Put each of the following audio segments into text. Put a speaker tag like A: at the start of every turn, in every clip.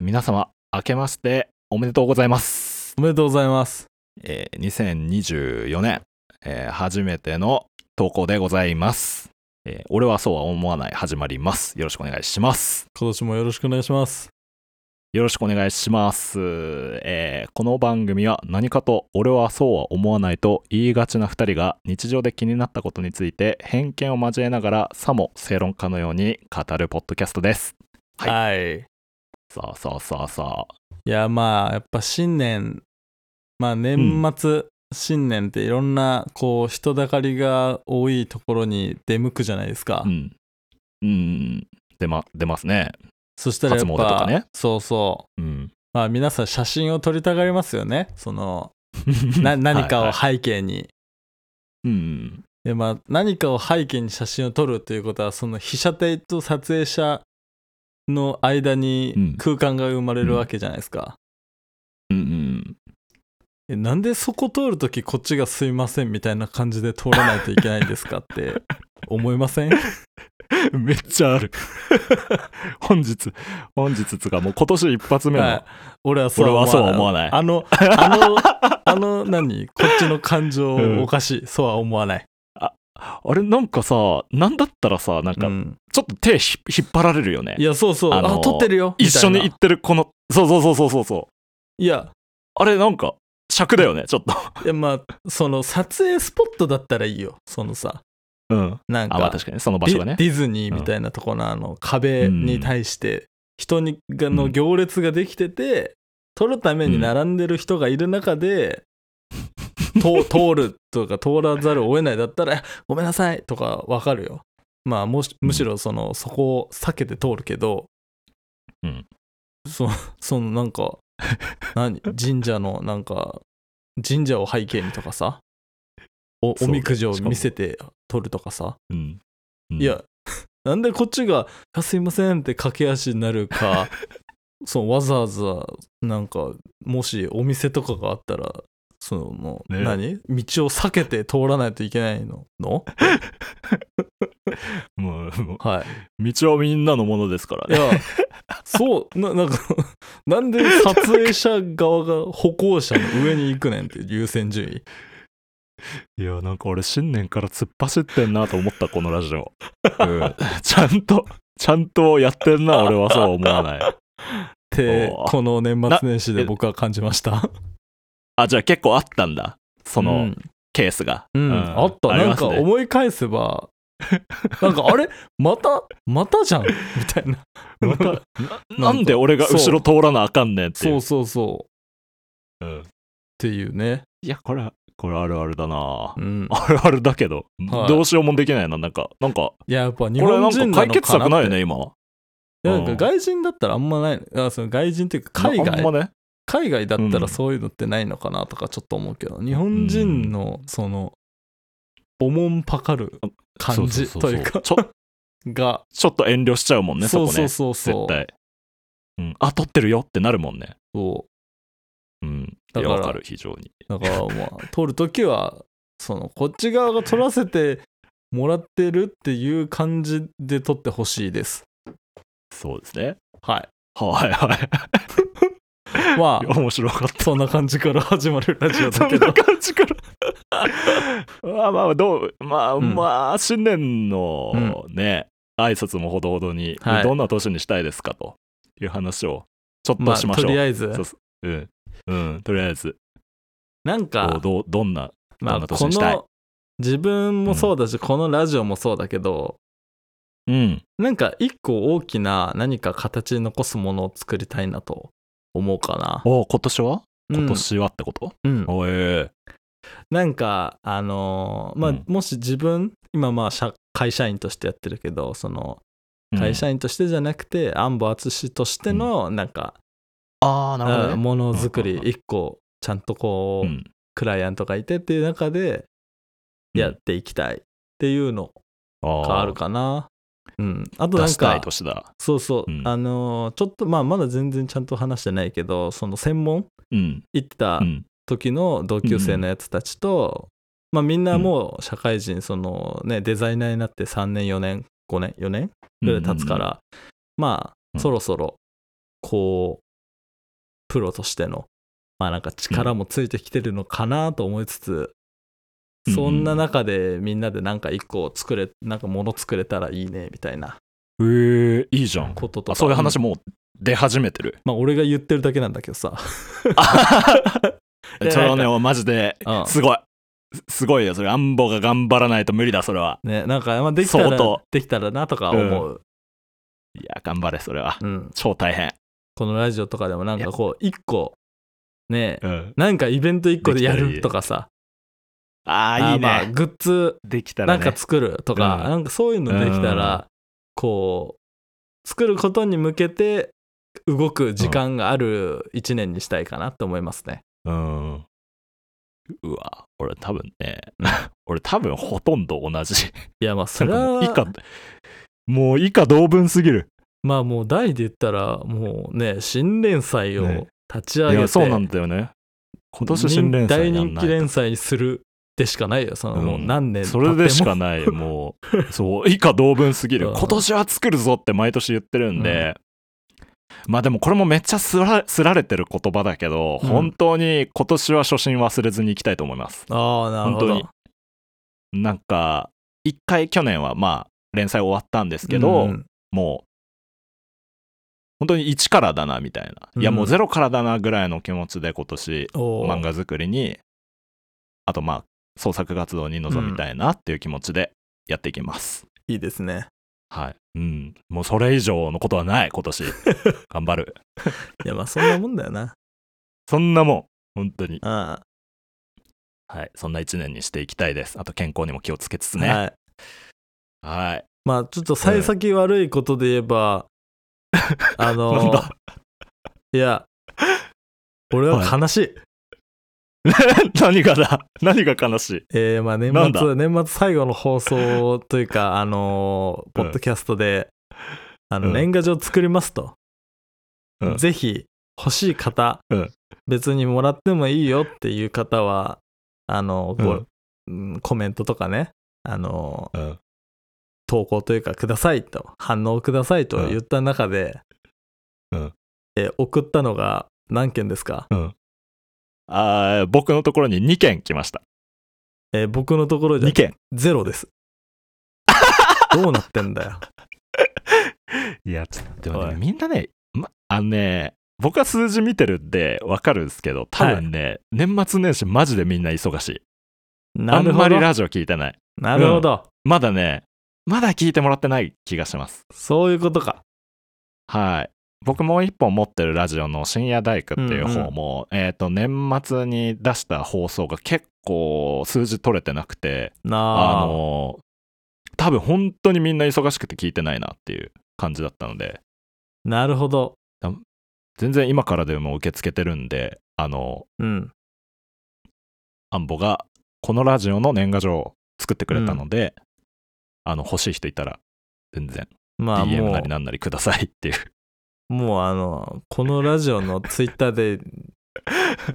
A: 皆様、明けましておめでとうございます。
B: おめでとうございます。
A: えー2024年、えー初めての投稿でございます。えー俺はそうは思わない始まります。よろしくお願いします。
B: 今年もよろしくお願いします。
A: よろしくお願いします。えーこの番組は何かと俺はそうは思わないと言いがちな2人が日常で気になったことについて偏見を交えながらさも正論家のように語るポッドキャストです。
B: はい。い、
A: さあさあさあさあ。
B: や、まあ、やっぱ新年、まあ、年末、新年っていろんな、こう、人だかりが多いところに出向くじゃないですか。
A: うん。うん。出ま、出ますね。
B: そしたらやっぱ、
A: 初詣とかね
B: そうそう。
A: うん。
B: まあ、皆さん写真を撮りたがりますよね。その、な何か
A: はいは
B: を背景に。
A: いうん。
B: でまあ、何かを背景に写真を撮るということはその被写体と撮影者の間
A: う
B: に
A: ん
B: 空間が生まれるわけじゃないですか、
A: うんうん。
B: えなんでそこ通るときこっちがすいませんみたいな感じで通らないといけないんですかって思い ません
A: めっちゃある。 本日、本日つうかもう今年一発目の。
B: はい俺はそう
A: 俺はそうは思わない
B: あのあのあの何こっちの感情
A: うん
B: おかしい、そうは思わない、
A: あれなんかさ、なんだったらさ、なん
B: う
A: か
B: ん、
A: ちょっと手ひ引っ張られるよね
B: い。やそうそうあ
A: あの
B: 撮ってるよみたい
A: 一緒に
B: な
A: 行ってるこの、そうそうそうそうそうそう。
B: いや
A: あれなんか尺だよね、ちょっと。
B: いやまあその撮影スポットだったらいいよそのさ
A: うん。
B: なん
A: あ、まあ
B: か
A: 確かに、その場
B: デ
A: 所
B: ィ
A: がね。
B: ディズニーみたいなとこのあの壁に対して人にが
A: う
B: の
A: ん
B: 行列ができてて撮るために並んでる人がいる中で、 と通るとか通らざるを得ないだったら「ごめんなさい」とかわかるよ。まあもしむしろそのそこを避けて通るけど、
A: うん
B: そそのなんか何神社のなんか神社を背景にとかさお
A: そうだ
B: おみくじを
A: しかも
B: 見せて撮るとかさ
A: うん。うん
B: い、や、なんでこっちが、あすいませんって駆け足にな るか、そうわざわざ、なんか、もしお店とかがあったら、その、もう
A: ね
B: 何道を避けて通らないといけないのの
A: もう、も
B: は
A: う道はみんなのものですから
B: い。い
A: ね。
B: や、そう、ななんか、なんで撮影者側が歩行者の上に行くねんって優先順位。
A: いや、なんか俺新年から突っ走ってんなと思 った、このラジオ。うん。ちゃんと、ちゃんとやってんな、俺はそうは思わない。
B: って
A: おー
B: この年末年始で僕は感じました。
A: あ、じゃあ結構あったんだ。その、
B: うん
A: ケースが。
B: うん、あった、
A: り
B: なん
A: ます
B: か
A: ね
B: 思い返せば、 なんかあれまた、ま たじゃんみたいな。
A: また
B: な
A: なん
B: か
A: んで俺が後ろ通らなあかんねんってい
B: そうう。そうそう。っ
A: うん
B: ていうね。
A: いや、これ、これあるあるだな、
B: うん。
A: あるあるだけど、
B: はい
A: どうしようもできないな。なんか、なんか、こ
B: いや、やっぱ日
A: れな
B: 本
A: ん
B: 人
A: か
B: なのかなって
A: 解決策ないよね、。今は。
B: いやなん
A: うん
B: か外人だったらあんまない。あその外人っていうか海
A: あん
B: 外、
A: まね。
B: 海外だった
A: う
B: ら
A: ん
B: そういうのってないのかなとかちょっと思うけど、日本人のその、おもんぱかる感じ
A: そそ
B: と
A: そ
B: いうか、
A: ちょ、
B: が、
A: ちょっと遠慮しちゃうもんね、そこ
B: そう
A: ね。
B: そうそうそう。
A: 絶対。うん、あ、撮ってるよってなるもんね。
B: そう
A: うん。い
B: だ
A: や、
B: から
A: わかる、非常に。
B: だからまあ撮るときはそのこっち側が撮らせてもらってるっていう感じで撮ってほしいです。
A: そうですね。
B: は。
A: はいはい
B: ま
A: い。
B: あ
A: 面白かった。
B: そんな感じから始まるラジオ
A: そ
B: だ
A: ん
B: け
A: な
B: ど。
A: 感じから。 まあまあ、どう、まあ、
B: うん
A: まあ、新年のね、挨拶もほどほどに、
B: はい
A: どんな年にしたいですかという話をちょっ
B: ま
A: と
B: あ
A: しま
B: と
A: しょう。
B: りあえず
A: そううんうん、とりあえず、
B: なん
A: どう
B: か
A: どうどんな、
B: ま
A: どんな
B: あこ
A: 年にしたい
B: の自分もそうだし、このラジオもそうだけど
A: うん、
B: なんか一個大きな何か形に残すものを作りたいなと思うかな。
A: お今年は
B: うん
A: 今年はってこと、
B: うん、
A: おえ
B: なんかあのーまあ、
A: うん
B: もし自分今まあ社会社員としてやってるけどその
A: ー
B: 会
A: うん
B: 社員としてじゃなくて、安保淳としてのなんか、
A: ああ、なるほど、
B: うん
A: ね。
B: ものづくり
A: うん
B: 一個ちゃんとこう、
A: うん
B: クライアントがいてっていう中でやっていきたいっていうのがあるかな、うん、あと
A: 出
B: なん
A: した
B: か
A: い年だ。
B: そうそう、
A: うん
B: あのーちょっとまあまだ全然ちゃんと話してないけどその専門
A: うん、
B: 行ってた
A: うん、
B: 時の同級生のやつたちと、まあ、みんなもう社会人その、ね、デザイナーになって3年4年5年4年ぐらい経つから、ま
A: う
B: あ
A: ん
B: そろそろこプロとしての、まあなんか力もついてきてるのかなと思いつつ、
A: うん
B: そんな中でみんなでなんか一個作れ、なんか物作れたらいいねみたいな
A: えー、いいじゃん
B: ことと
A: あ
B: か。
A: そういう話
B: ん
A: もう出始めてる、
B: まあ俺が言ってるだけなんだけどさ。いや
A: それはね
B: な
A: マジで
B: うん
A: すごいすごいよそれアンボが頑張らないと無理だそれは
B: ね、なんか、まあ、できた
A: 相
B: ら
A: 当、
B: できたらなとか思う。
A: いや頑張れそれは
B: うん。
A: 超大変
B: このラジオとかでもなんかこう、一個、ね、
A: うん
B: なんかイベント一個でや
A: できたらいい
B: るとかさ、
A: あ
B: あ
A: あいい
B: まあ
A: ね
B: グッズ
A: できた
B: な
A: ら
B: ん
A: ね
B: か作るとか、
A: うん
B: なんかそういうのできたら、こう、作ることに向けて動く時間がある一年にしたいかなと思いますね。
A: うんうわ俺多分ね 俺多分ほとんど同じ
B: いや、まあ、そ
A: なん
B: れ
A: かもう以下、
B: は
A: もう以下同文すぎる。
B: まあもう大で言ったら、もうね、新連載を
A: ね
B: 立ち上
A: い
B: げ
A: や、そうな
B: て、
A: んだよね。今年新連載
B: 大
A: やん
B: 人
A: な
B: 気
A: い
B: 連載にするでしかないよその、
A: うん
B: もう何年経って
A: そ
B: も
A: れでしかない、もう。そう、以下同文すぎる。
B: うん
A: 今年は作るぞって毎年言ってるんで。まあでもこれもめっちゃすらすられてる言葉だけど、
B: うん
A: 本当に今年は初心忘れずにいきたいと思います。
B: ああなるほど
A: 本なんか、一回去年はまあ連載終わったんですけど、
B: うん
A: もう、本当に1からだなみたいな。いや、
B: うん
A: もう0からだなぐらいの気持ちで今年、
B: おー
A: 漫画作りに、あとまあ、創作活動に臨みたいなっていう気持ちでやっていきます。
B: いいですね
A: はい。うん。もうそれ以上のことはない、今 年。頑張る。
B: いやまあそんなもんだよな
A: そんなもん。本当に。
B: あ
A: はい。そんな一年にしていきたいです。あと健康にも気をつけつつ
B: あ、
A: ね。はい。
B: はいまあちょっと幸先悪いことで言えば、あ
A: なん
B: の
A: だ
B: いや俺は悲しい、
A: 何がだ何が悲しい。
B: えーまあ年
A: なん
B: 末年末最後の放送というかあのポッドキャストで、あ
A: う
B: の
A: ん
B: 年賀状作りますと、
A: うん
B: ぜひ欲しい方、
A: うん
B: 別にもらってもいいよっていう方はあのご
A: うん
B: うんコメントとかねあの
A: うん。
B: 投稿というかくださいと反応くださいと言った中で、
A: うん
B: えー送ったのが何件ですか、
A: あー僕のところに2件来ました。
B: えー僕のところじゃ
A: 2件。
B: ゼロです どうなってんだよ
A: いや、ちょっとでも
B: は
A: ね、
B: い
A: みんなね、ま、あのね、僕は数字見てるんでわかるんですけど、多分ね、年末年始マジでみんな忙しい。
B: な
A: あん
B: るほ
A: まり
B: ど
A: ラジオ聞いてない。
B: なるほど、
A: まだね、まだ聞いてもらってない気がします。
B: そういうことか
A: はい。僕もう一本持ってるラジオの深夜大工っていう方も、えっ、と、年末に出した放送が結構数字取れてなくて、
B: な
A: あ
B: あ
A: のー多分本当にみんな忙しくて聞いてないなっていう感じだったので、
B: なるほど
A: 全然今からでも受け付けてるんで、あの
B: うん
A: アンボがこのラジオの年賀状を作ってくれたので、あの欲しい人いたら全然
B: まあ
A: DM
B: も
A: なりなんなりくださいっていう
B: うもうあのこのラジオのツイッターで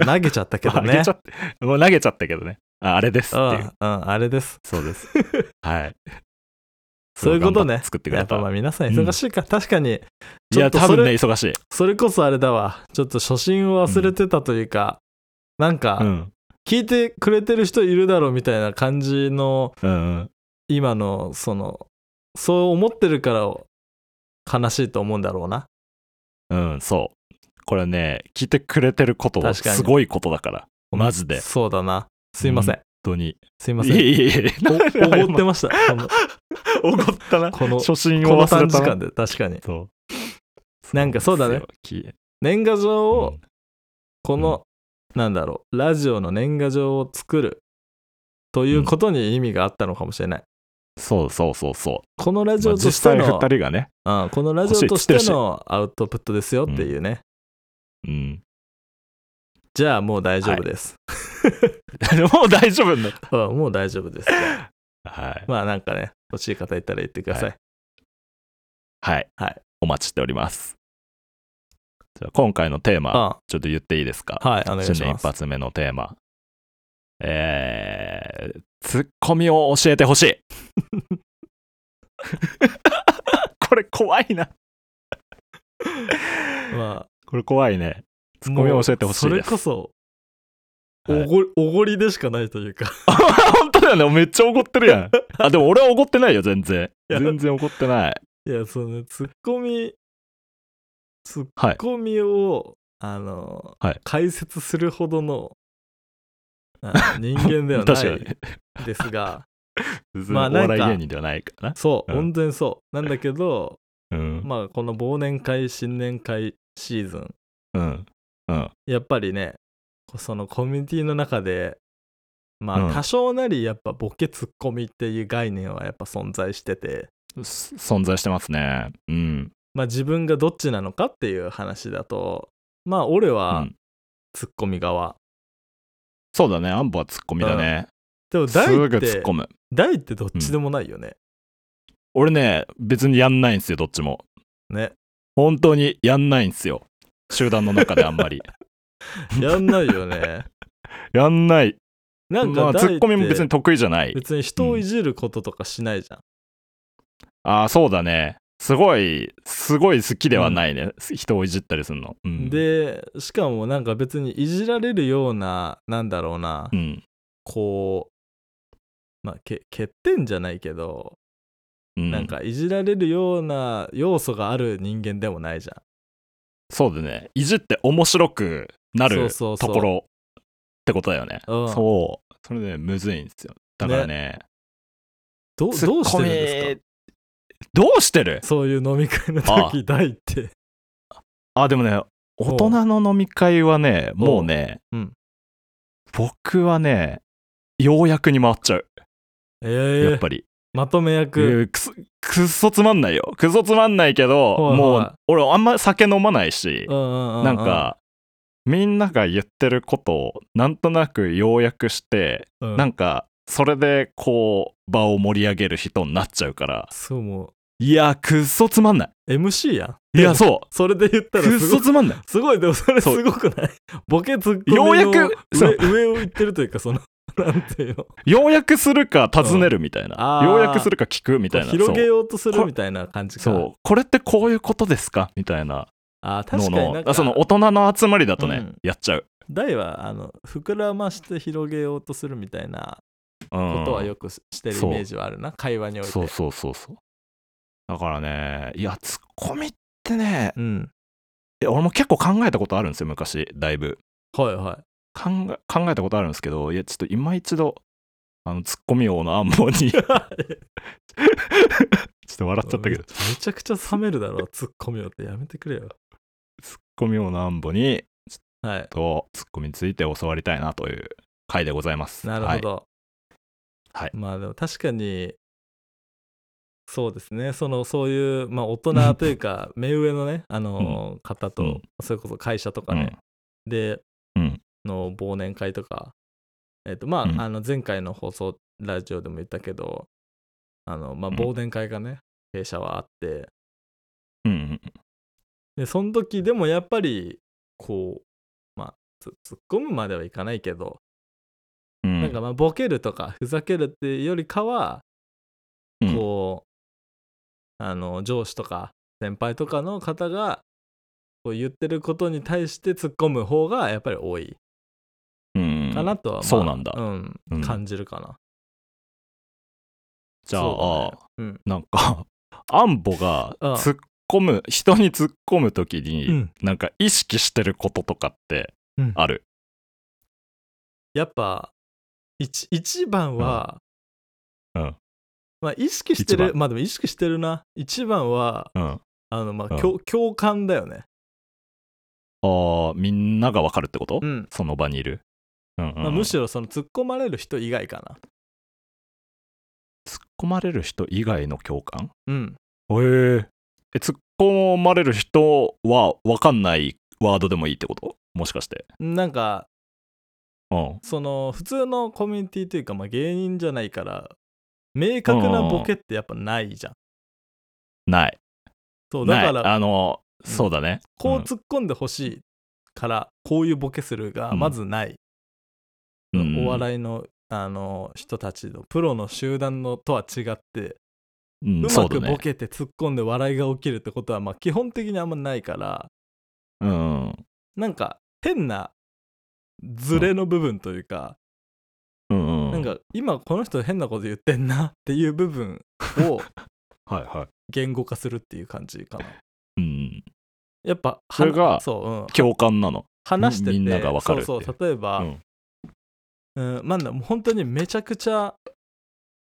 B: 投げちゃったけ
A: まあ 投
B: ど
A: げ
B: ね
A: ちゃってもう投げちゃったけどねああれですって
B: うん、う
A: いう、
B: ん、あれです
A: そう ですはい
B: そういうこと
A: 頑張っ
B: ね
A: て作ってく
B: や
A: れ
B: ったぱまあ皆さん忙しいか、確かに
A: いや
B: ちょっ
A: 多
B: とそれ
A: 分ね忙しい、
B: それこそあれだわちょっと初心を忘れてたというか、なん
A: う
B: か
A: ん
B: 聞いてくれてる人いるだろうみたいな感じの
A: うんうん、
B: 今のそのそう思ってるから悲しいと思うんだろうな
A: うん、そうこれね聞いてくれてることは
B: 確かに
A: すごいことだからマジで
B: そうだなすいません、
A: 本当に
B: すいま
A: い
B: せん
A: やいやいや
B: お奢ってましたこの
A: おごったな
B: この
A: 初心
B: こ
A: を
B: の
A: 忘れた
B: 短時
A: な
B: 間で確かに
A: そう
B: なんかそうだね
A: なんですよき
B: 年賀状をこ
A: うん
B: の、なんだろうラジオの年賀状を作るということに意味があったのかもしれない、
A: そうそうそうそ
B: このラ
A: う、
B: ジ
A: まあ
B: オと
A: 実
B: して
A: 際
B: の、
A: 2人がね、
B: うん、このラジオとしてのアウトプットですよっていうね、
A: うん、
B: じゃあもう大丈夫です、
A: もう大丈夫になった
B: うん もう大丈夫です
A: はい、
B: まあなんかね欲しい方いたら言ってください、
A: はい
B: はい
A: お待ちしておりますじゃあ今回のテーマちょっと言っていいですか
B: うんはいお願いします
A: 新年一発目のテーマえー、ツッコミを教えてほしい これ怖いな
B: うんま
A: これ怖いねツッコミを教えてほしい
B: も
A: で
B: うそ
A: す
B: れこそ、
A: はい
B: おごおごりでしかないというか
A: 本当だよねめっちゃ怒ってるやんあでも俺は怒ってないよ全然
B: いや
A: 全然怒ってない
B: いやそのツッコミツッ
A: はい
B: コミを、あの、
A: はい
B: 解説するほどの あ人間ではな
A: 確
B: い
A: か
B: ですが
A: に
B: ま あなん
A: お
B: か
A: 笑い芸人ではないからな
B: そう、
A: うん
B: 本当にそうなんだけど
A: うん
B: まあこの忘年会新年会シーズン
A: うんうん
B: やっぱりねこうそのコミュニティの中でま
A: うん
B: あ多少なりやっぱボケツッコミっていう概念はやっぱ存在してて
A: す存在してますねうん
B: まあ自分がどっちなのかっていう話だとまあ俺
A: う
B: は
A: ん
B: ツッコミ側、
A: そうだねアンボはツッコミだね、
B: ですも大
A: ぐ
B: っ
A: 突って込む
B: 大ってどっちでもないよね、
A: 俺ね別にやんないんですよどっちも
B: ね
A: 本当にやんないんですよ集団の中であんま り
B: やんないよ ね
A: やんない
B: なん
A: ま
B: か
A: あツ
B: 大
A: ッコミも別
B: っ
A: に
B: て
A: 得意じゃない
B: 別に人をいじることとかしないじゃん、
A: ああそうだねすごいすごい好きではないね、人をいじったりするの、うん、
B: でしかもなんか別にいじられるようななんだろうな、
A: うん
B: こうまあけ欠点じゃないけど、
A: うん、
B: なんかいじられるような要素がある人間でもないじゃん
A: そうだねいじって面白くな
B: そ
A: る
B: うそうそ
A: と
B: う
A: ころってことだよね
B: うん
A: そうそれねむずいんですよだからね
B: ど
A: ツ
B: どう
A: ッ
B: して
A: コ
B: るん
A: ミ
B: ですか
A: どうしてる
B: そういう飲み会の
A: あ
B: 時大って
A: あでもね大人の飲み会はね
B: おう
A: もうね、
B: うん
A: 僕はねようやくに回っちゃう、
B: ええ
A: やっぱり
B: まとめ
A: え
B: 役、
A: ーくそくっそつまんないよくっそつまんないけど、
B: はいはい
A: もう俺あんま酒飲まないし、
B: うんうんうんうん
A: なんかみんなが言ってることをなんとなく要約して、
B: うん
A: なんかそれでこう場を盛り上げる人になっちゃうから
B: そうも
A: いやくっそつまんな
B: う MC やん
A: いいやそ
B: それで言った
A: う
B: ら
A: くっ
B: す
A: そ
B: ごい
A: つまんない
B: すごいでもそれ
A: そう
B: すごくない ボケツッコミの
A: ようやくそう
B: 上上を言ってるというかそのなんていうの
A: ようやくするか尋ねるみたいな、
B: うん
A: ようやくするか聞くみたいな
B: 広げ
A: そう
B: ようとするみたいな感じか
A: そうこれってこういうことですかみたいな
B: あー確
A: の
B: かにな
A: の
B: んか
A: あその大人の集まりだとね、
B: うん
A: やっちゃう、
B: 大はあの膨らまして広げようとするみたいな
A: うん、
B: ことはよくししてるイ
A: そう
B: メージはあるな、会話において
A: そうそうそうそうだからねいやツッコミってね
B: うん
A: いや俺も結構考えたことあるんですよ昔だいぶ
B: はいは
A: 考え考えたことあるんですけどいやちょっと今一度あのツッコミ王の暗謀に ちょっ
B: い
A: と笑っちゃったけど
B: めちゃくちゃ冷めるだろうツッコミをってやめてくれよ
A: ツッコミ王の暗謀に
B: はい
A: とツッコミについて教わりたいなという回でございます
B: なるほど、
A: はいはい
B: まあでも確かにそうですねそのそういう、まあ、大人というか目上のねあの方と、
A: うん
B: それこそ会社とか
A: はい、
B: ね、で、
A: うん
B: の忘年会とか、えっとまあ
A: うん
B: あの前回の放送ラジオでも言ったけどあの、まあ、
A: うん
B: 忘年会がね、弊社はあって
A: うんうん
B: でその時でもやっぱりこう、まあ、つ突っ込むまではいかないけど
A: うんうん
B: なんかまあボケるとかふざけるっていうよりかは、
A: うん
B: こうあの上司とか先輩とかの方がこう言ってることに対して突っ込む方がやっぱり多い
A: うん
B: かなとは、まあ
A: そうなんだ
B: うん
A: うん
B: 感じるかな。
A: じゃあ、
B: そうだね
A: なんかアンボが
B: うん
A: 突っ込む人に突っ込む時に、
B: うんうん
A: なんか意識してることとかって
B: うん
A: ある、
B: やっぱ一一番は、
A: うんうん
B: まあ、意識して
A: 一番
B: るまあでも意識してるな一番は
A: うん
B: あのまあ、
A: うん
B: 共共感だよね。
A: あーみんながわかるってこと、
B: うん
A: その場にいる、うんうんうん
B: まあ、むしろその突っ込まれる人以外かな。
A: 突っ込まれる人以外の共感
B: うん、
A: へーえ突っ込まれる人はわかんないワードでもいいってこともしかして
B: なんか
A: うん
B: その普通のコミュニティというか、まあ、芸人じゃないから明確なボケってやっぱないじゃん。
A: ない
B: そうだか
A: ない
B: ら
A: あの、
B: うん
A: そうだね
B: こうん突っ込んでほしいからこういうボケするが
A: うん
B: まずない、
A: うん
B: お笑いのあの人たちのプロの集団のとは違って、
A: うん
B: う
A: そ
B: ま
A: うだ
B: く
A: ね
B: ボケて突っ込んで笑いが起きるってことはまあ基本的にあんまないから
A: うん
B: なんか変なズレの部分というか、
A: うんう
B: なんか今この人変なこと言ってんなっていう部分を
A: はいはい。
B: 言語化するっていう感じかな。
A: うん。
B: やっぱは
A: それが
B: そう、うん、
A: 共感なの。
B: 話してて
A: みんながわかるってい
B: そううそう例えば、
A: う
B: うん
A: ん
B: まあなもう本当にめちゃくちゃ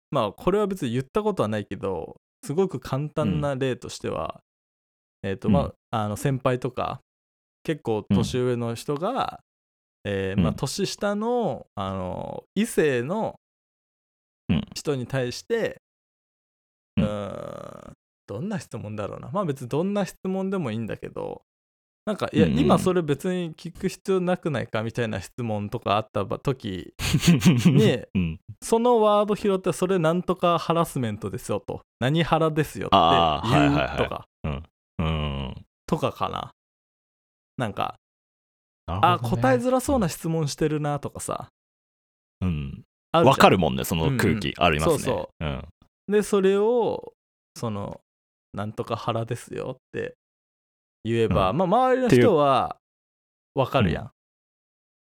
B: まあこれは別に言ったことはないけどすごく簡単な例としては、えっ、とまあ,、
A: うん
B: あの先輩とか結構年上の人が、えー
A: うん
B: まあ、年下のあの異性の
A: うん
B: 人に対して、
A: うん
B: うーんどんな質問だろうなまあ別にどんな質問でもいいんだけどなんかいや、
A: うんうん
B: 今それ別に聞く必要なくないかみたいな質問とかあったば時ね
A: うん、
B: そのワード拾ってそれなんとかハラスメントですよと何ハラですよって
A: あー
B: 言うとか、
A: はいはいはうん。
B: とかかななんか、
A: あ
B: あ答えづらそうな質問してるなとかさ
A: うん。
B: あじゃん
A: わかるもんね、その空気。ありますね。。
B: そう
A: ん。
B: でそれをそのなんとか腹ですよって言えば、
A: う
B: まあ周りの人はわかるやん、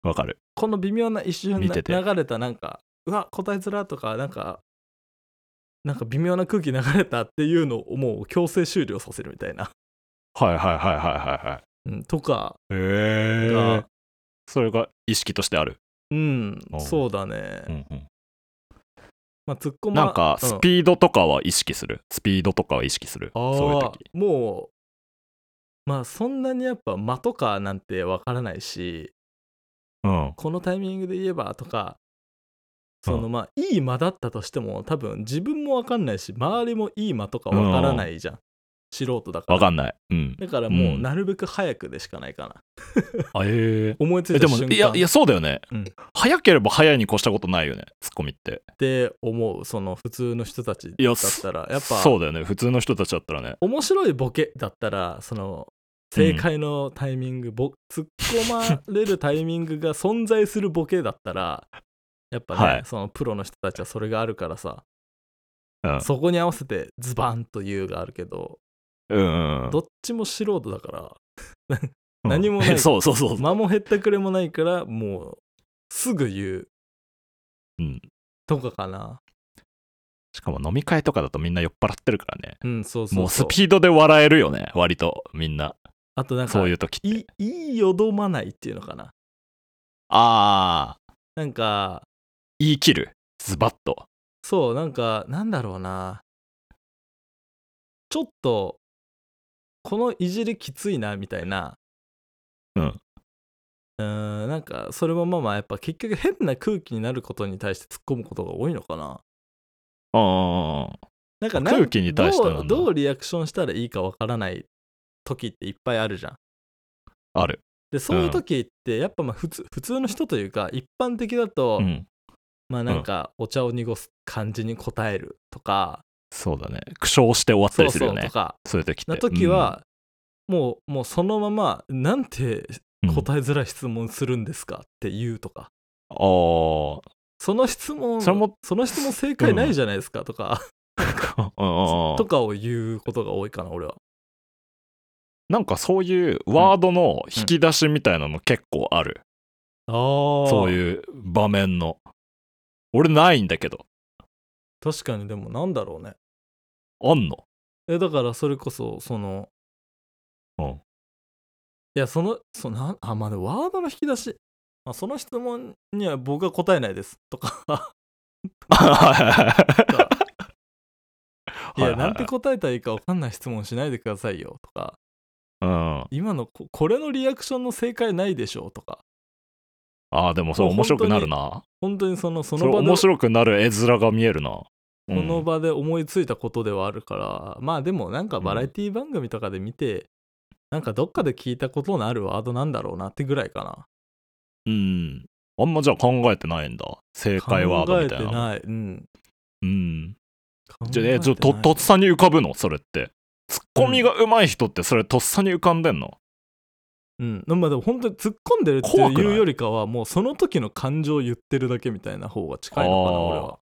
A: わかる。
B: この微妙な一瞬
A: 見
B: な
A: てて
B: 流れたなんかうわ答えづらとかなんかなんか微妙な空気流れたっていうのをもう強制終了させるみたいな、
A: はいはいはいはいはいはい。
B: うん、とか
A: へえ
B: が、
A: それが意識としてある。
B: うん
A: おう
B: そうだね、
A: うんうん
B: まあ突っ込ま
A: なんかス
B: ー
A: ピードとかは意識する、スピードとかは意識するそういう時
B: もうまあそんなにやっぱ間とかなんてわからないし
A: うん
B: このタイミングで言えばとかその
A: うん
B: まあいい間だったとしても多分自分も分かんないし周りもいい間とか分からないじゃん、素人だから
A: わかんないうん
B: だからもううんなるべく早くでしかないかな、
A: あえ
B: 思いつ
A: え
B: い
A: で
B: た
A: も
B: 瞬間
A: いやいやそうだよね、
B: うん
A: 早ければ早いに越したことないよねツッコミって
B: って思うその普通の人たちだ
A: いや
B: ったらやっぱ
A: そうだよね普通の人たちだったらね
B: 面白いボケだったらその正解のタイミング、ぼ突っ込まれるタイミングが存在するボケだったらやっぱね、
A: はい
B: そのプロの人たちはそれがあるからさ、
A: うん
B: そこに合わせてズバンと言うがあるけど
A: うんうん
B: どっちも素人だから
A: うん
B: 何もない
A: そうそうそう、
B: 間も減ったくれもないからもうすぐ言う
A: うん、
B: とかかな
A: しかも飲み会とかだとみんな酔っ払ってるからね
B: うんそうそうそう
A: もうスピードで笑えるよね割とみんな
B: あとなんか
A: そういう時って
B: いいいよどまないっていうのかな
A: ああ
B: なんか
A: 言い切るズバッと
B: そうなんかなんだろうなちょっとこのいじりきついなみたいな
A: うん
B: うーんなんかそれもまあまあやっぱ結局変な空気になることに対して突っ込むことが多いのかな
A: うんうんうん
B: なんか
A: 空気に対してなん
B: ど
A: だ
B: うどうリアクションしたらいいかわからない時っていっぱいあるじゃん
A: ある
B: でそういう時ってやっぱまあ普通普通の人というか一般的だと、
A: うん
B: まあなんかお茶を濁す感じに答えるとか、
A: そうだね苦笑して終わった
B: そう
A: りする
B: そ
A: よ
B: うと
A: ね
B: か
A: そういう時って
B: な時は、もうもうそのままなんて
A: うんうん
B: 答えづらい質問するんですかって言うとか
A: あー
B: その質問
A: それも
B: その質問正解ないじゃないですかとか、
A: うんうんうん
B: とかを言うことが多いかな俺は
A: なんかそういうワードの引き出しみたいなの結構ある、
B: ああ
A: そう
B: う
A: いう場面の俺ないんだけど
B: 確かにでもなんだろうね
A: あんの
B: えだからそれこそその
A: うん
B: いやそのそのあまあでもワードの引き出し、まあ、その質問には僕は答えないですとか
A: はい
B: やなんて答えたらいいか分かんない質問しないでくださいよとか
A: うん、あ
B: 今のここれのリアクションの正解ないでしょうとか
A: あーでもそれ面白くなるな
B: 本当にそのそ
A: そ
B: の
A: れ
B: 場で
A: 面白くなる絵面が見えるなこ
B: この場で思いついたことではあるから、まあでもなんかバラエティ番組とかで見て、なんかどっかで聞いたことのあるワードなんだろうなってぐらいかな
A: うん、あんまじゃあ考えてないんだ正解ワード
B: 考
A: み
B: え
A: た
B: て
A: いな
B: ないうん
A: うん
B: 考え
A: じ
B: て
A: ゃあ、
B: ない
A: え、じゃあと、とっさに浮かぶのそれって。ツッコミが上手い人って、それとっさに浮かんでんの、
B: うんまあでも本当に突っ込んでるって
A: 怖くない
B: いうよりかはもうその時の感情を言ってるだけみたいな方が近いのかな
A: あー
B: 俺は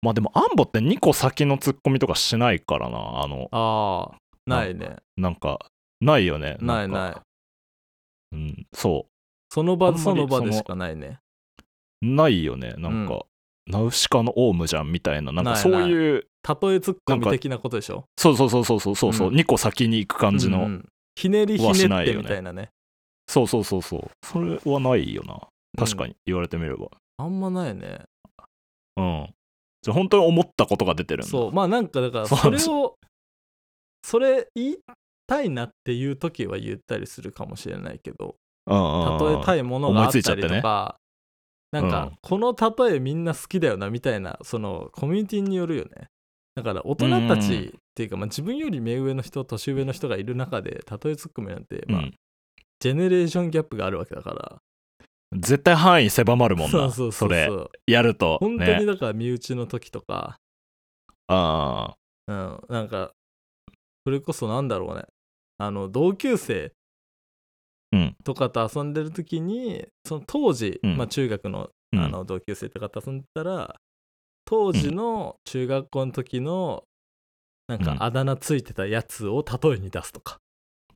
A: まあでも、アンボって2個先のツッコミとかしないからな。あの、
B: ああないね
A: なんか、ないよね。
B: ない
A: んか
B: ない
A: うん、そ
B: その場
A: あんまり
B: その場
A: その
B: でしかないね。
A: ないよねなんか、ナウシカのオウムじゃんみたいななんか
B: ない
A: そういう
B: 例えツッコミ的なことでしょ。
A: そうそうそうそうそうそうそう、
B: うん
A: 2個先に行く感じの、
B: うんうんひねりひ
A: はし
B: ね
A: な
B: っ
A: い
B: て
A: よね
B: みたいなね。
A: そうそうそうそうそれはないよな確か
B: に。
A: に言われてみれば
B: あんまないね。
A: うん、じゃあ本当に思ったことが出てるんだ
B: そう。まあなんかだから
A: そ
B: そうれを、それ言いたいなっていう時は言ったりするかもしれないけど、
A: うんうんうん
B: 例えたいものがあった
A: 思
B: り
A: いつ
B: と
A: いち
B: か、なんかこの例えみんな好きだよなみたいな、そのコミュニティによるよね。だから大人た
A: うんうん
B: ちっていうか、まあ、自分より目上の人、年上の人がいる中で、例えツッコミなんて、
A: う
B: まあ
A: ん
B: ジェネレーションギャップがあるわけだから。
A: 絶対範囲狭まるもんな
B: そうそうそうそう
A: れやると
B: 本当
A: ね
B: にだから身内の時とか、
A: あ
B: うん、なんか、それこそなんだろうね。あの、同級生
A: うん
B: とかと遊んでる時に、その当時、
A: うん
B: まあ中学の
A: ーうん
B: あの同級生とかと遊んでたら、当時の中学校の時の、なん
A: う
B: か
A: ん
B: あだ名ついてたやつを例えに出すとか。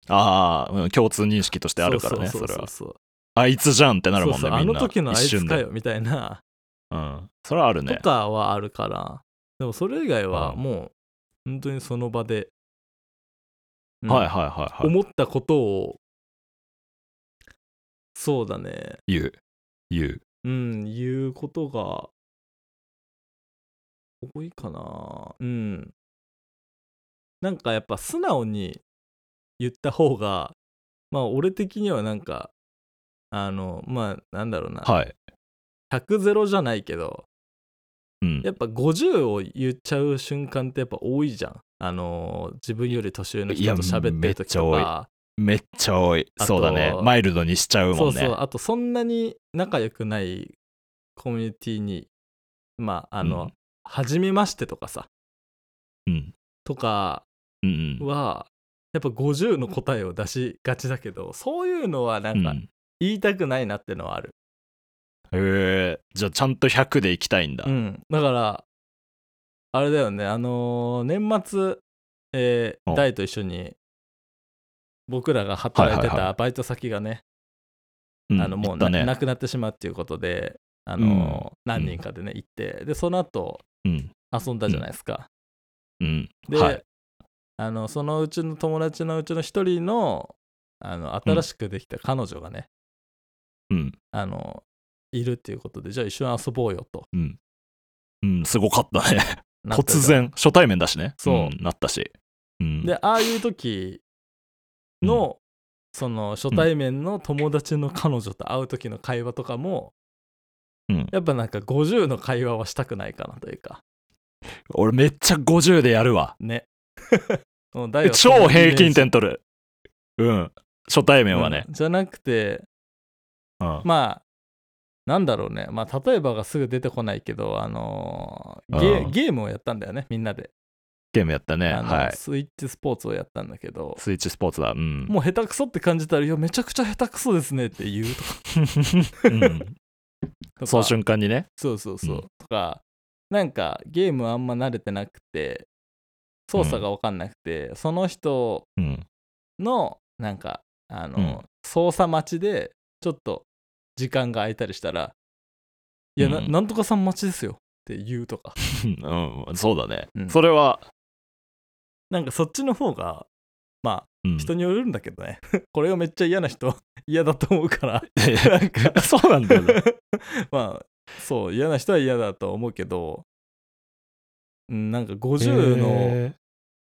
A: あーうん共通認識としてあるからね
B: そ
A: そうれ
B: そう
A: は
B: そう
A: あいつじゃんってなるもんね
B: そうそうあ
A: みん
B: の
A: な
B: 時のあい
A: 一
B: つ
A: 瞬
B: か
A: で
B: よみたいな。
A: うんそれはある
B: と
A: ね
B: かはあるから、でもそれ以外は
A: うん
B: もう本当にその場で、うん
A: はいはいはいはい
B: 思ったことをそうだね
A: 言う言う
B: うん言うことが多いかなうんなんかやっぱ素直に言った方がまあ俺的にはなんかあのまあなんだろうな、
A: はい
B: 100ゼロじゃないけど
A: うん
B: やっぱ50を言っちゃう瞬間ってやっぱ多いじゃん。あのー自分より年上の人と喋ってる時と
A: いや
B: か、
A: めっちゃ多い
B: あと
A: そうだねマイルドにしちゃう
B: そ
A: も
B: うん
A: ね
B: そう、あとそんなに仲良くないコミュニティに、まあ、あの、
A: うん
B: 初めましてとかさ、
A: うん
B: とか
A: うんうん
B: は、やっぱ50の答えを出しがちだけど、そういうのはな
A: うん
B: か
A: ん
B: 言いたくないなってのはある。
A: へえじゃあちゃんと100でいきたいんだ、
B: うん、だからあれだよねあのー年末、えー
A: うん
B: 大と一緒に僕らが働い
A: は
B: て
A: いはいは
B: たバイト先がね、
A: うん
B: あのもう
A: いっ
B: な,、
A: たね
B: なくなってしまうっていうことで、あのー何人かでね行ってでその後
A: うん
B: 遊んだじゃないですか、
A: うん
B: で、
A: はい
B: あのそのうちの友達のうちの一人のあの新しくできた彼女がね、
A: うん
B: あのいるっていうことでじゃあ一緒に遊ぼうよと
A: うんうんすごかったね
B: なった
A: 突
B: じゃん
A: 然初対面だしね
B: そうん
A: なったし、うん、
B: でああいう時の、その初対面の友達の彼女と会う時の会話とかも、
A: うん
B: やっぱなんか50の会話はしたくないかなというか
A: 俺めっちゃ50でやるわ
B: ねもうだよ
A: 超平均点取るうん初対面はね、
B: うんじゃなくて
A: うん
B: まあなんだろうねまあ例えばがすぐ出てこないけどあのーゲ
A: うん
B: ゲームをやったんだよねみんなで、
A: ゲームやったね
B: あの
A: はい
B: スイッチスポーツをやったんだけど
A: スイッチスポーツだうん
B: もう下手くそって感じたら「いやめちゃくちゃ下手くそですね」って言うとか
A: うん
B: とか
A: その瞬間にね
B: そうそうそう。
A: うん
B: とか、なんかゲームあんま慣れてなくて、操作が分かんなくて、その人
A: うん
B: の、なんか、あの、
A: うん
B: 操作待ちで、ちょっと時間が空いたりしたら、いや、な
A: うん
B: なんとかさん待ちですよって言うとか、
A: うんうんそうだね、
B: うん
A: それは、
B: なんかそっちの方が、まあ、
A: うん、
B: 人によるんだけどね、 これがめっちゃ嫌な人、 嫌だと思うから、
A: なんか そうなんだよ ね
B: まあ、そう、嫌な人は嫌だと思うけど、うん、なんか50の、
A: へー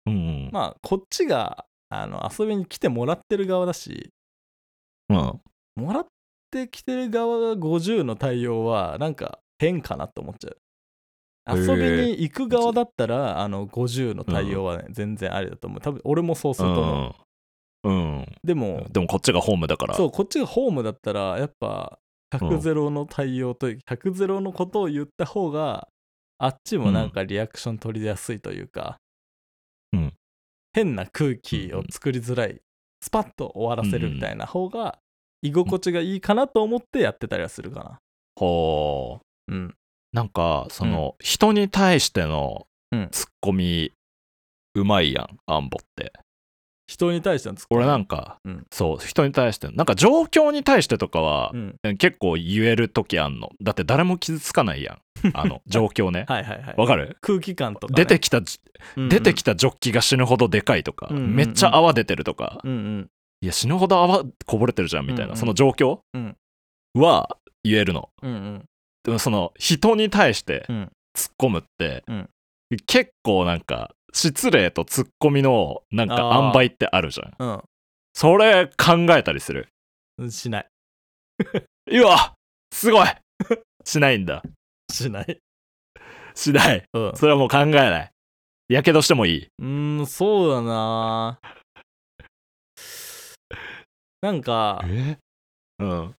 A: うん
B: まあこっちがあの遊びに来てもらってる側だし
A: うん
B: もらってきてる側が50の対応はなんか変かなと思っちゃう
A: へ
B: 遊
A: ー
B: びに行く側だったらあの50の対応は、ね全然ありだと思う多分俺もそうすると思う、
A: うん、
B: で
A: うん
B: も、
A: でもこっちがホームだから
B: そうこっちがホームだったらやっぱ100ゼロの対応という100ゼロのことを言った方があっちもなんかリアクション取りやすいというか、
A: うん
B: 変な空気を作りづらいスパッと終わらせるみたいな方が居心地がいいかなと思ってやってたりはするか
A: ほう
B: なうん
A: なんかその、人に対しての
B: うん
A: ツッコミうまいやんアンボって
B: 人に対してのツッコミ
A: 俺なんか、
B: うん
A: そう人に対してなんか状況に対してとかは
B: う、ん
A: 結構言える時あんのだって誰も傷つかない やんあの状況ね
B: はいはいはい
A: わかる
B: 空気感とかね、
A: 出てきたじ、
B: うんうん
A: 出てきたジョッキが死ぬほどでかいとか、
B: うんうんうん
A: めっちゃ泡出てるとか、
B: うんうん
A: いや死ぬほど泡こぼれてるじゃんみたいな、
B: うんうん
A: その状況、
B: うん
A: は言えるの
B: うんうん
A: でもその人に対して
B: うん
A: 突っ込むって、
B: うん
A: 結構なんか失礼と突っ込みのなんか
B: あー
A: 塩梅ってあるじゃん
B: うん
A: それ考えたりする
B: うんしないう
A: わすごい しないんだ
B: しない
A: しない
B: うん
A: それはもう考えないやけどしてもいいう
B: ーん、そうだななんか、
A: えうん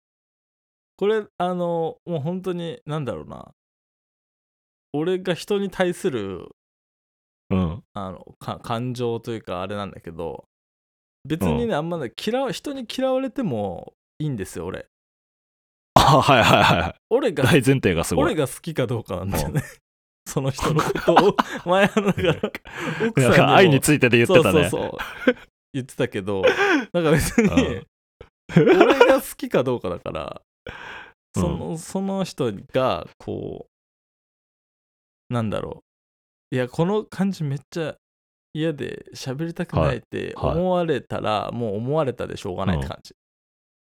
B: これ、あの、もう本当に、なんだろうな。俺が人に対する
A: うん
B: あのか感情というか、あれなんだけど、別にね、あんまね嫌わ、人に嫌われてもいいんですよ、俺。
A: あはいはいはいはい
B: 俺が
A: 大、前提 がすごい
B: 俺が好きかどうかなんだよね。 その人のこと を、前あのだから、奥
A: なんん
B: さにも
A: か愛についてで言ってたね。
B: そうそうそう。言ってたけど、なんか別
A: う
B: に
A: ん、
B: 俺が好きかどうかだから、
A: うん
B: そのその人が、こう、なんだろう。いや、この感じめっちゃ嫌で喋りたくないって
A: はいはい
B: 思われたら、もう思われたでしょうがないって感じ。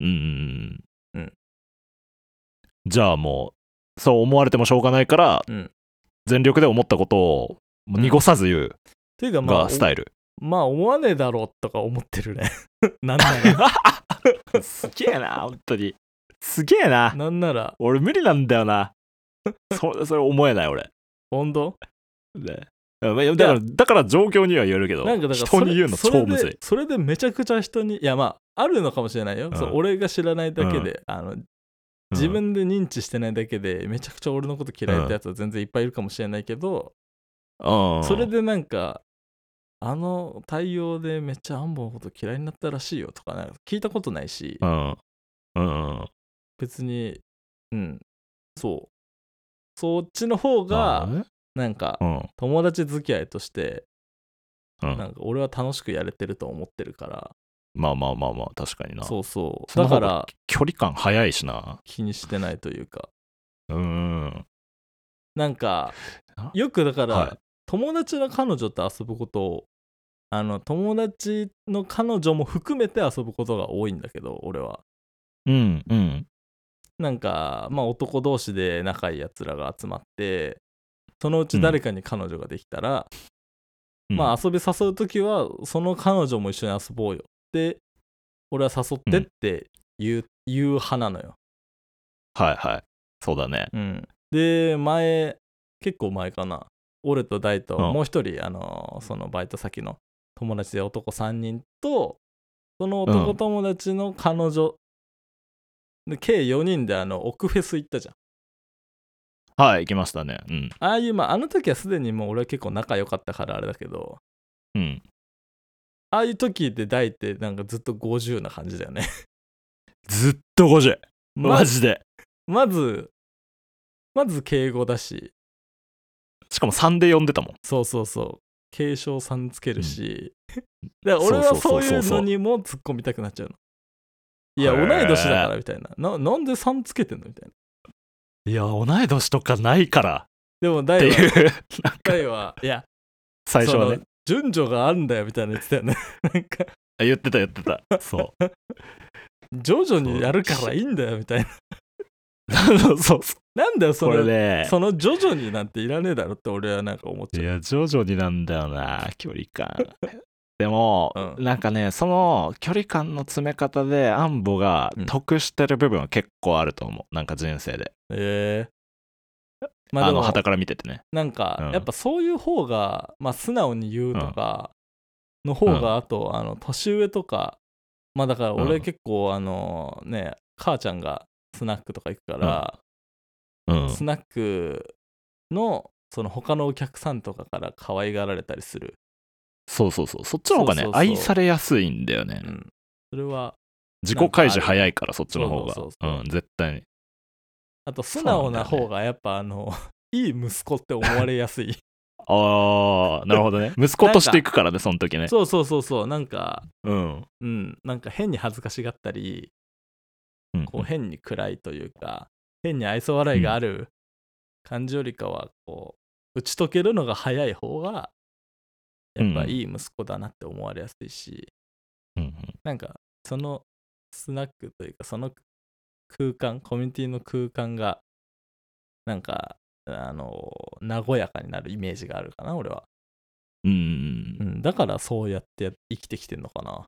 A: うんうんうん
B: うん
A: じゃあもう、そう思われてもしょうがないから、
B: うん
A: 全力で思ったことをもう濁さず言
B: っていうか、
A: う
B: まあ
A: が、スタイル。
B: おまあ、思わねえだろうとか思っ てるね。なんなら、
A: すげえな、本当に。すげえな。
B: なんなら、
A: 俺無理なんだよな。 そそれ思えない俺。
B: 本当
A: ねまあだから、だから状況には言えるけど、
B: なんかだから
A: 人に言うの
B: それ
A: 超むずい。
B: それでそれでめちゃくちゃ人にいやまああるのかもしれないよ、
A: うん
B: そう俺が知らないだけで、あの自
A: うん
B: 分で認知してないだけでめちゃくちゃ俺のこと嫌いってやつは全然いっぱいいるかもしれないけど、
A: うん、
B: それでなんかあの対応でめっちゃアンボのこと嫌いになったらしいよとかなんか聞いたことないし、
A: うん。うん。うん。
B: 別にうんそうそっちの方がなんか
A: うん。うん
B: 友達付き合いとして
A: うん
B: なんか俺は楽しくやれてると思ってるから、
A: まあまあまあまあ、確かにな。
B: そうそう
A: その
B: だ
A: 方
B: か
A: が
B: ら
A: 距離感早いしな。
B: 気にしてないというか
A: うん。
B: なんか
A: あ
B: よくだから、
A: はい
B: 友達の彼女と遊ぶことをあの友達の彼女も含めて遊ぶことが多いんだけど俺は
A: うん。うん。
B: なんかまあ男同士で仲いいやつらが集まってそのうち誰かに彼女ができたら、まあ遊び誘う時はその彼女も一緒に遊ぼうよって俺は誘ってって言う,、言う派なのよ、
A: あ、はいはい。そうだね。
B: うん、で前結構前かな俺と大と
A: うん
B: もう一人、あのそのバイト先の友達で男3人とその
A: う
B: 男
A: ん
B: 友達の彼女、で計4人であの奥フェス行ったじゃん
A: はい、行きましたね。うん。
B: ああいうまああの時はすでにもう俺は結構仲良かったからあれだけど
A: うん。
B: ああいう時で大ってなんかずっと50な感じだよね
A: ずっと50。
B: ま
A: マジで。
B: まずまず敬語だし
A: しかも3で呼んでたもん。
B: そうそうそう継承さんつけるし、だ
A: そう
B: から俺はそ
A: そ
B: ういう
A: そう
B: う
A: そう
B: のにも突っ込みたくなっちゃうのいや
A: へ
B: 同
A: ー
B: い年だからみたいなななんでさんつけてんのみたいない
A: や、同い年とかないから
B: で
A: っ
B: も
A: て
B: 大 は
A: いう、
B: 大はいや
A: 最初は
B: そ
A: ね
B: の、順序があるんだよみたいな言ってたよね なんか
A: 言ってた言って た。そ
B: 徐々にやるからいいんだよみたいな
A: う。 そうそうそう。
B: なんだよそ
A: こ
B: れ
A: れね。
B: その徐々になんていらねえだろって俺はなんか思っ
A: い
B: ちゃう
A: や、徐々になんだよな、距離 感。でも、
B: う
A: なんかね、その距離感の詰め方で、アンボが得してる部分は結構あると思う。なんか人生で。
B: ええま
A: あ
B: あで
A: の、
B: も
A: 旗から見ててね。
B: なんか、
A: うん
B: やっぱそういう方が、まあ、素直に言うとかの方が、あとあの年上とかまあだから
A: う
B: 俺
A: ん
B: 結構、あのね母ちゃんがスナックとか行くから、
A: うん。
B: スナックのその他のお客さんとかから可愛がられたりする、
A: そうそうそう。そっちの方がね、
B: そうそうそう
A: 愛されやすいんだよね。
B: うん、それは
A: 自己開示早いから、そっちの方が。
B: そうそうそう
A: うん、絶対に。
B: あと素
A: そ
B: 直な
A: うなんだよね
B: 方がやっぱあのいい息子って思われやすい
A: ああなるほど ね息子としていくからねその時ね
B: そうそうそうそうなんか
A: うん
B: うんなんか変に恥ずかしがったり
A: うん
B: こう変に暗いというか変に愛想笑いがある感じよりかはこう打ち解けるのが早い方がやっぱいい息子だなって思われやすいし、
A: うん
B: なんかそのスナックというかその空間コミュニティの空間がなんかあの和やかになるイメージがあるかな俺は、
A: うん、う
B: うんん、だからそうやって生きてきてんのかな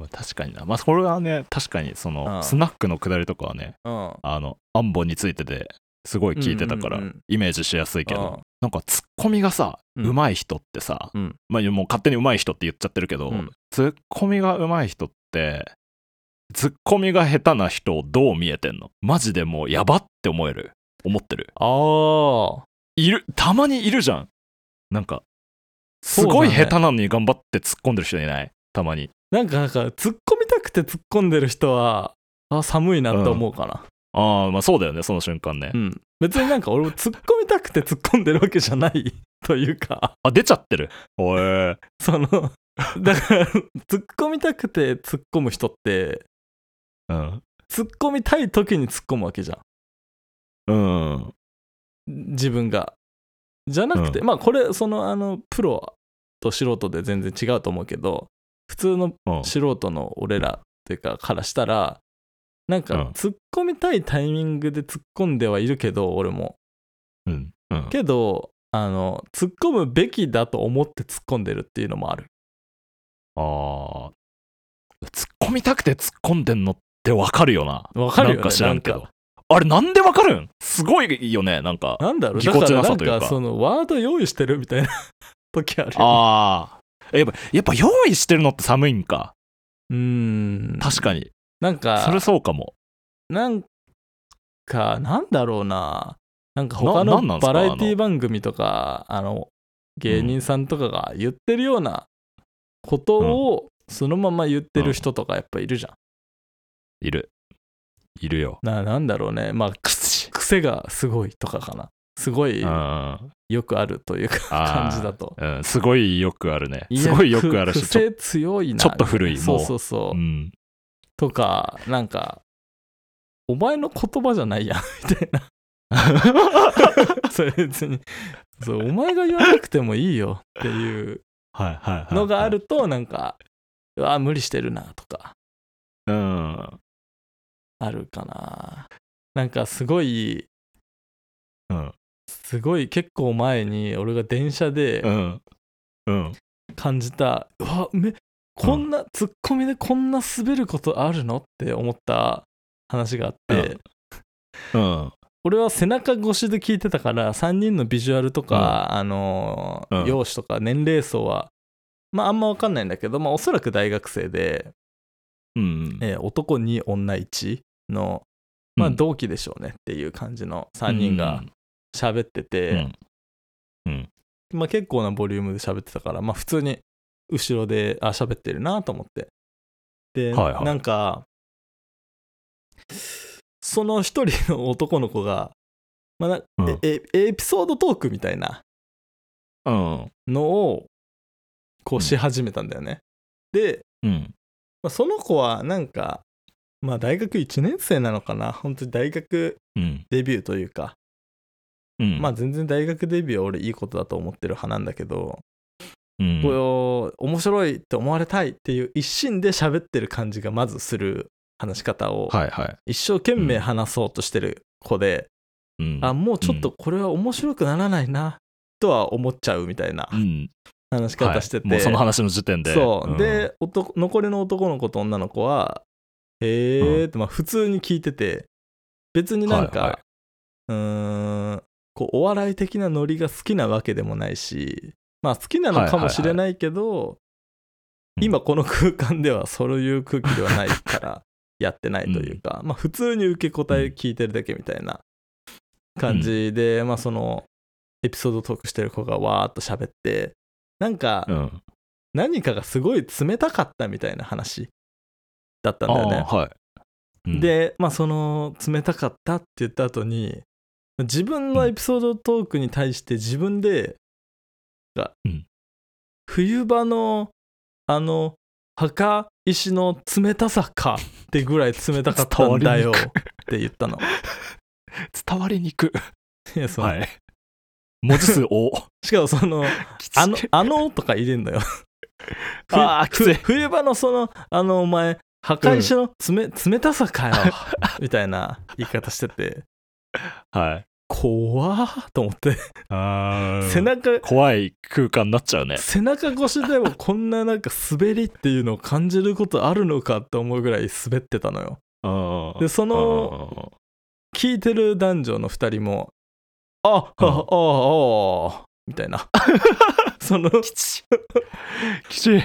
A: まあ、確かになまあそれはね確かにその、
B: うん
A: スナックのくだりとかはね
B: うん
A: あのアンボについてですごい聞いてたから、
B: うんうんうん
A: イメージしやすいけど、
B: うん
A: なんかツッコミがさ、
B: う
A: うんまい人ってさ、
B: うん
A: まあもう勝手にうまい人って言っちゃってるけど、
B: うん
A: ツッコミがうまい人ってツッコミが下手な人をどう見えてんのマジでもうやばって思える思ってる
B: ああ
A: いるたまにいるじゃんなんかす
B: そうだね
A: ごい下手なのに頑張って突っ込んでる人いないたまに
B: なんかなんか突っ込みたくて突っ込んでる人はあ寒いなって思うかな、
A: ああまあそうだよねその瞬間ね、
B: うん別になんか俺も突っ込みたくて突っ込んでるわけじゃないというか
A: あ出ちゃってるおえ
B: そのだから突っ込みたくて突っ込む人って
A: うん
B: 突っ込みたい時に突っ込むわけじゃん
A: うん
B: 自分がじゃなくて、まあこれそのあのプロと素人で全然違うと思うけど普通の
A: うん
B: 素人の俺らっていうかからしたらなん
A: うん
B: か突っ込みたいタイミングで突っ込んではいるけど俺も
A: うんうん
B: けどあの突っ込むべきだと思って突っ込んでるっていうのもある
A: ああ、突っ込みたくて突っ込んでんのってわかるよな。
B: わかるよ
A: な
B: ね
A: んか知らんけ
B: なん
A: ど。あれ、なんでわかるんすごいよね、なんか。
B: なんだろう
A: ぎ
B: だ
A: こ
B: か
A: ちな
B: らな
A: さ
B: ん
A: というか
B: かそのワード用意してるみたいな 時あるよね
A: ああ。やっぱ、やっぱ用意してるのって寒いんか。
B: うーん
A: 確かに。
B: なんか
A: それそうかも。
B: なんか、なんだろうな。なんか
A: なな
B: 他
A: んなん
B: の
A: すか
B: バラエティ番組とか、あの、芸人さんとかが言ってるようなことをそのまま言ってる人とかやっぱいるじゃん。
A: いる。いるよ。
B: ななんだろうね。まあ、く癖がすごいとかかな。すごい
A: うん。あ
B: よくあるというか
A: あ
B: 感じだと。
A: ー。うん、すごいよくあるね。
B: いや
A: すごいよくあるし、ちょ
B: 癖強いな。
A: ちょっと古いもう
B: そうそうそう。
A: うん。
B: とか、なんか、お前の言葉じゃないやん、みたいな。 それ別にそうお前が言わなくてもいいよっていう
A: はいはいはい。
B: のがあ。るとなんかうわ無理してるなとか
A: うん。
B: あるかななんかすごい
A: うん。
B: すごい結構前に俺が電車
A: う
B: で
A: ん。うん。
B: 感じた、うわめこんなツッコミでこんな滑ることあるのって思った話があって、
A: うんうん。
B: 俺は背中越しで聞いてたから3人のビジュアルとか、あのー
A: うん
B: 容姿とか年齢層はまああんま分かんないんだけど、まあ、おそらく大学生で、
A: うん。
B: えー男2女1の、まあ、
A: うん
B: 同期でしょうねっていう感じの3人が喋っ
A: うん、
B: て
A: う
B: て、
A: ん。うん。
B: まあ、結構なボリュームで喋ってたから、まあ、普通に後ろであ喋ってるなと思ってで、
A: はいはい
B: なんかその一人の男の子が、まあな
A: うん
B: ええエピソードトークみたいな
A: うん。
B: のをこ
A: うん
B: うし始めたんだよね。で、
A: うん。
B: まあ、その子はなんか、まあ、大学1年生なのかな本当に大学
A: うん。
B: デビューというか、
A: うん。
B: まあ全然大学デビューは俺いいことだと思ってる派なんだけど、
A: うん、
B: これを面白いって思われたいっていう一心で喋ってる感じがまずする話し方を
A: はいはい。
B: 一生懸命話そうとしてる子で、
A: うん
B: あもうちょっとこれは面白くならないなとは思っちゃうみたいな
A: うん、
B: 話し
A: はい
B: 方してて、
A: もうその話の時点で。
B: そう、
A: ん、
B: で男残りの男の子と女の子は「へえ」って、まあ、普通に聞いてて別になんか、
A: はいはいう
B: ーんこうお笑い的なノリが好きなわけでもないしまあ好きなのかもしれないけど、
A: うん
B: 今この空間ではそういう空気ではない からやってないというか、まあ普通に受け答え聞いてるだけみたいな感じで、まあそのエピソードトークしてる子がわーっと喋ってなんか、
A: うん。
B: 何かがすごい冷たかったみたいな話だったんだよね
A: あ。ーはい。うん、
B: で、まあ、その冷たかったって言った後に自分のエピソードトークに対して自分で、が
A: うん
B: 冬場のあの墓石の冷たさかってぐらい冷たかったんだよ
A: 伝わりに
B: って言った の。
A: 伝わりにく。
B: いやその
A: はい。文字数多。
B: しかもその
A: き
B: 「 あの」あのとか入れんだよ。ふ
A: あーきつい
B: ふ冬場のそのあのお前墓石のつめ、冷たさ かよみたいな言い方してて
A: はい。
B: 怖ーと思って
A: あ
B: 背中
A: 怖い空間になっちゃうね。
B: 背中越しでもこんななんか滑りっていうのを感じることあるのかって思うぐらい滑ってたのよ
A: うん
B: でその聞いてる男女の2人も「ああ
A: うん
B: あああみたいなその
A: きちい。きちい。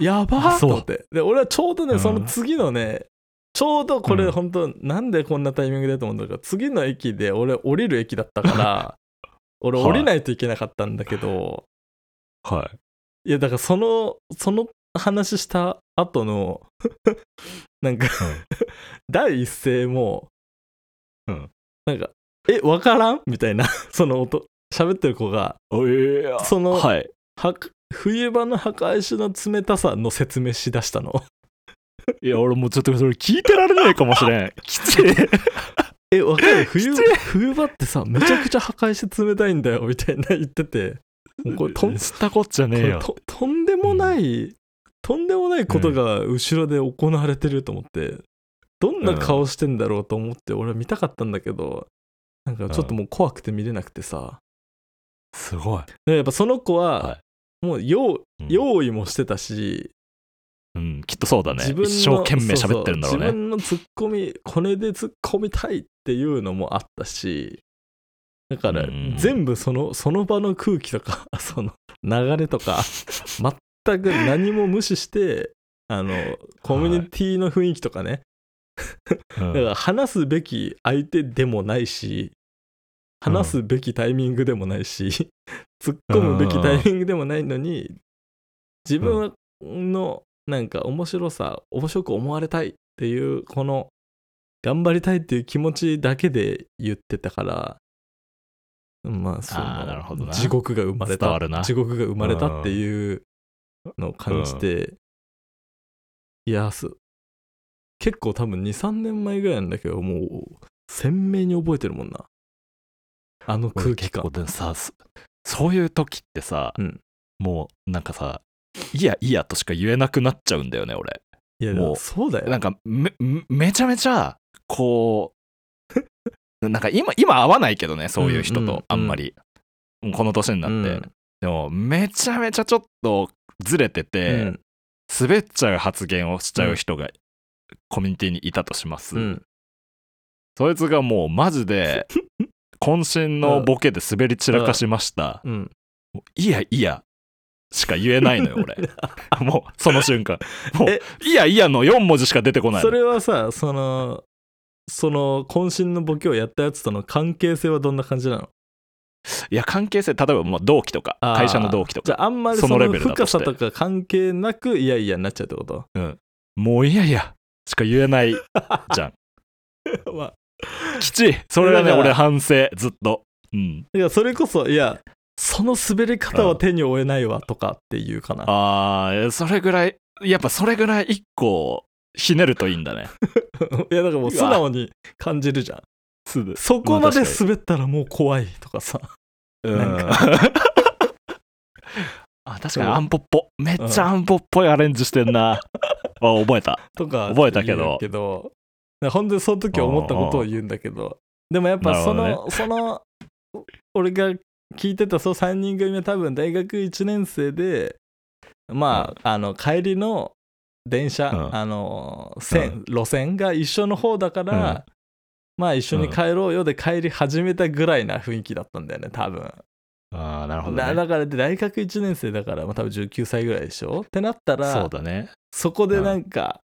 B: やば
A: あ
B: ーと
A: そう
B: 思ってで俺はちょうどね
A: うん
B: その次のねちょうどこ
A: う
B: れ
A: ん
B: 本当なんでこんなタイミングでと思うんだけど次の駅で俺降りる駅だったから 俺降りないといけなかったんだけど
A: はい。
B: いやだからそのその話した後の なんか 第一声も
A: うん
B: なんか「えわからん?」みたいな その音喋ってる子が
A: おいや
B: その
A: はい。
B: は冬場の墓石の冷たさの説明しだしたの
A: いや、俺もうちょっとそれ聞いてられないかもし れん。きちい。
B: えわか る冬
A: きつい
B: 冬場ってさめちゃくちゃ墓石冷たいんだよみたいな言っててもうこれとん
A: 知ったこっちゃ
B: こ
A: ねえ
B: れ
A: よ。
B: ととんでもない、とんでもないことが後ろで行われてると思ってどんな顔してんだろうと思って俺は見たかったんだけどなんかちょっともう怖くて見れなくてさ
A: すごい。
B: でもやっぱその子は
A: は
B: もう用,、
A: うん
B: 用意もしてたし
A: うん、きっとそうだね。
B: 自分の
A: 一生懸命喋ってるんだろう
B: そそ自
A: ね。
B: 分のツッコミこれでツッコみたいっていうのもあったしだから
A: うん
B: 全部そのその場の空気とか その流れとか全く何も無視してあのコミュニティの雰囲気とかね、
A: うん
B: だから話すべき相手でもないし
A: うん
B: 話すべきタイミングでもないし、突っ込むべきタイミングでもないのに自分のなんか面白さ面白く思われたいっていうこの頑張りたいっていう気持ちだけで言ってたからまあそ
A: あーなるほど
B: の
A: な
B: 地獄が生まれ
A: 伝
B: た
A: わるな
B: 地獄が生まれたっていうのを感じて、いやす結構多分23年前ぐらいなんだけどもう鮮明に覚えてるもんなあの空気
A: 俺
B: 感
A: 結構でもさそそういう時ってさ、
B: うん
A: もうなんかさ「いやいや」としか言えなくなっちゃうんだよね俺
B: いや
A: もう
B: でもそうだよ
A: なんかめめめちゃめちゃこう なんか今今合わないけどねそういう人
B: うんうんう
A: と
B: ん
A: あんまり、もうこの年になって、
B: うん
A: でもめちゃめちゃちょっとずれてて、
B: うん
A: 滑っちゃう発言をしちゃう人がコミュニティにいたとします、
B: うん
A: そいつがもうマジで渾身のボケで滑り散らかしました、
B: うん
A: もういやいやしか言えないのよ 俺もうその瞬間も
B: え
A: ういやいやの4文字しか出てこないの
B: それはさそのその渾身のボケをやったやつとの関係性はどんな感じなの
A: いや関係性例えばまあ同期とか
B: あー
A: 会社の同期と
B: じゃ
A: か
B: ああんまり
A: そ
B: そ
A: の
B: の
A: レベルだと
B: 深
A: して
B: さとか関係なくいやいやになっちゃうって こと
A: もういやいやしか言え ないじゃん
B: まあ、
A: きちいそれは
B: だ
A: ね
B: から
A: 俺反省ずっとうん
B: いやそれこそいやその滑り方は手に負えないわとかっていうかな、
A: あーそれぐらいやっぱそれぐらい一個ひねるといいんだね
B: いやだからもう素直に感じるじゃん
A: すぐ
B: そこまで
A: まあ確か
B: 滑ったらもう怖いとかさ
A: うん
B: なん
A: あ確かにアンポっぽめっちゃアンポっぽいアレンジしてんな、あ覚えた
B: とか
A: 覚えたけど
B: 言うだから本当にその時思ったことを言うんだけどでもやっぱそ
A: なる
B: の、その俺が聞いてたその3人組は多分大学1年生でまあ,、あの帰りの電車、
A: うん
B: あの線、路線が一緒の方だから、まあ一緒に帰ろうよで帰り始めたぐらいな雰囲気だったんだよね多分。
A: ああなるほど、ね、
B: だだからで大学1年生だから、まあ、多分19歳ぐらいでしょってなったら
A: そうだね
B: そこでなんか、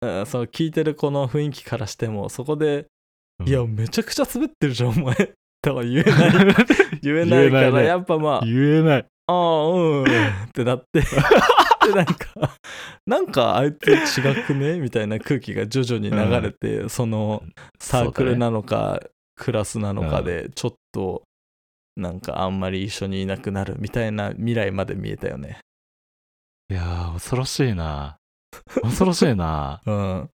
B: うんその聞いてるこの雰囲気からしてもそこで「 いやめちゃくちゃ滑ってるじゃんお前」とは言えない言えないか
A: 言えな
B: ら
A: いね
B: やっぱまあ
A: 言えない
B: 「ああうん」ってなってでなんかなんかあいつ違くねみたいな空気が徐々に流れて、そのサークルなのか、クラスなのかで、ちょっとなんかあんまり一緒にいなくなるみたいな未来まで見えたよね。
A: いやー、恐ろしいな。恐ろしいな。
B: うん。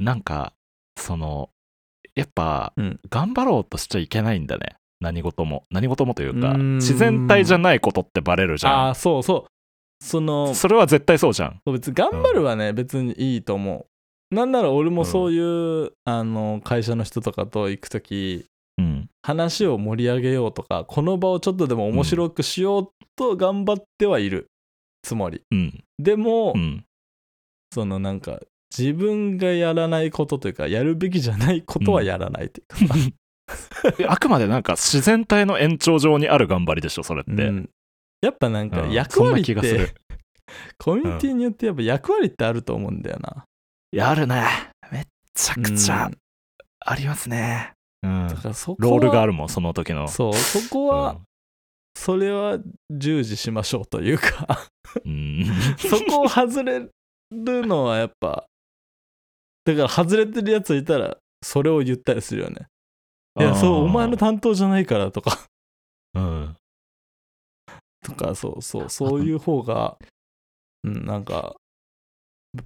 A: なんか、その、やっぱ、
B: うん
A: 頑張ろうとしちゃいけないんだね。何事も。何事もというか、
B: うーん
A: 自然体じゃないことってバレるじ
B: あ
A: ゃ
B: あ、そうそう。その
A: ん。、それは絶対そうじゃん。
B: そう別に頑張るはね、別にいいと思うなんなら俺もそういう、あの会社の人とかと行く時
A: うん。
B: 話を盛り上げようとかこの場をちょっとでも面白くしようと頑張ってはいるつもり
A: うん。
B: でも、
A: うん。
B: そのなんか自分がやらないことというかやるべきじゃないことはやらないというか、
A: であくまでなんか自然体の延長上にある頑 張りでしょ、それって。
B: うんやっぱなんか
A: うん
B: 役割っ
A: そんな気がす
B: て
A: る
B: コミュニティによってやっぱ役割ってあると思うんだよな、
A: やるね。めっちゃ
B: うん、
A: くちゃありますね。うん
B: だ。からそこは
A: ロールがあるもん、その時の。
B: そうそ
A: う
B: こはそれは従事しましょうというか
A: ん。
B: そこを外れるのはやっぱだから外れてるやついたらそれを言ったりするよねいやそうお前の担当じゃないから とか
A: うん。
B: とかそうそうそういう方が うんなんか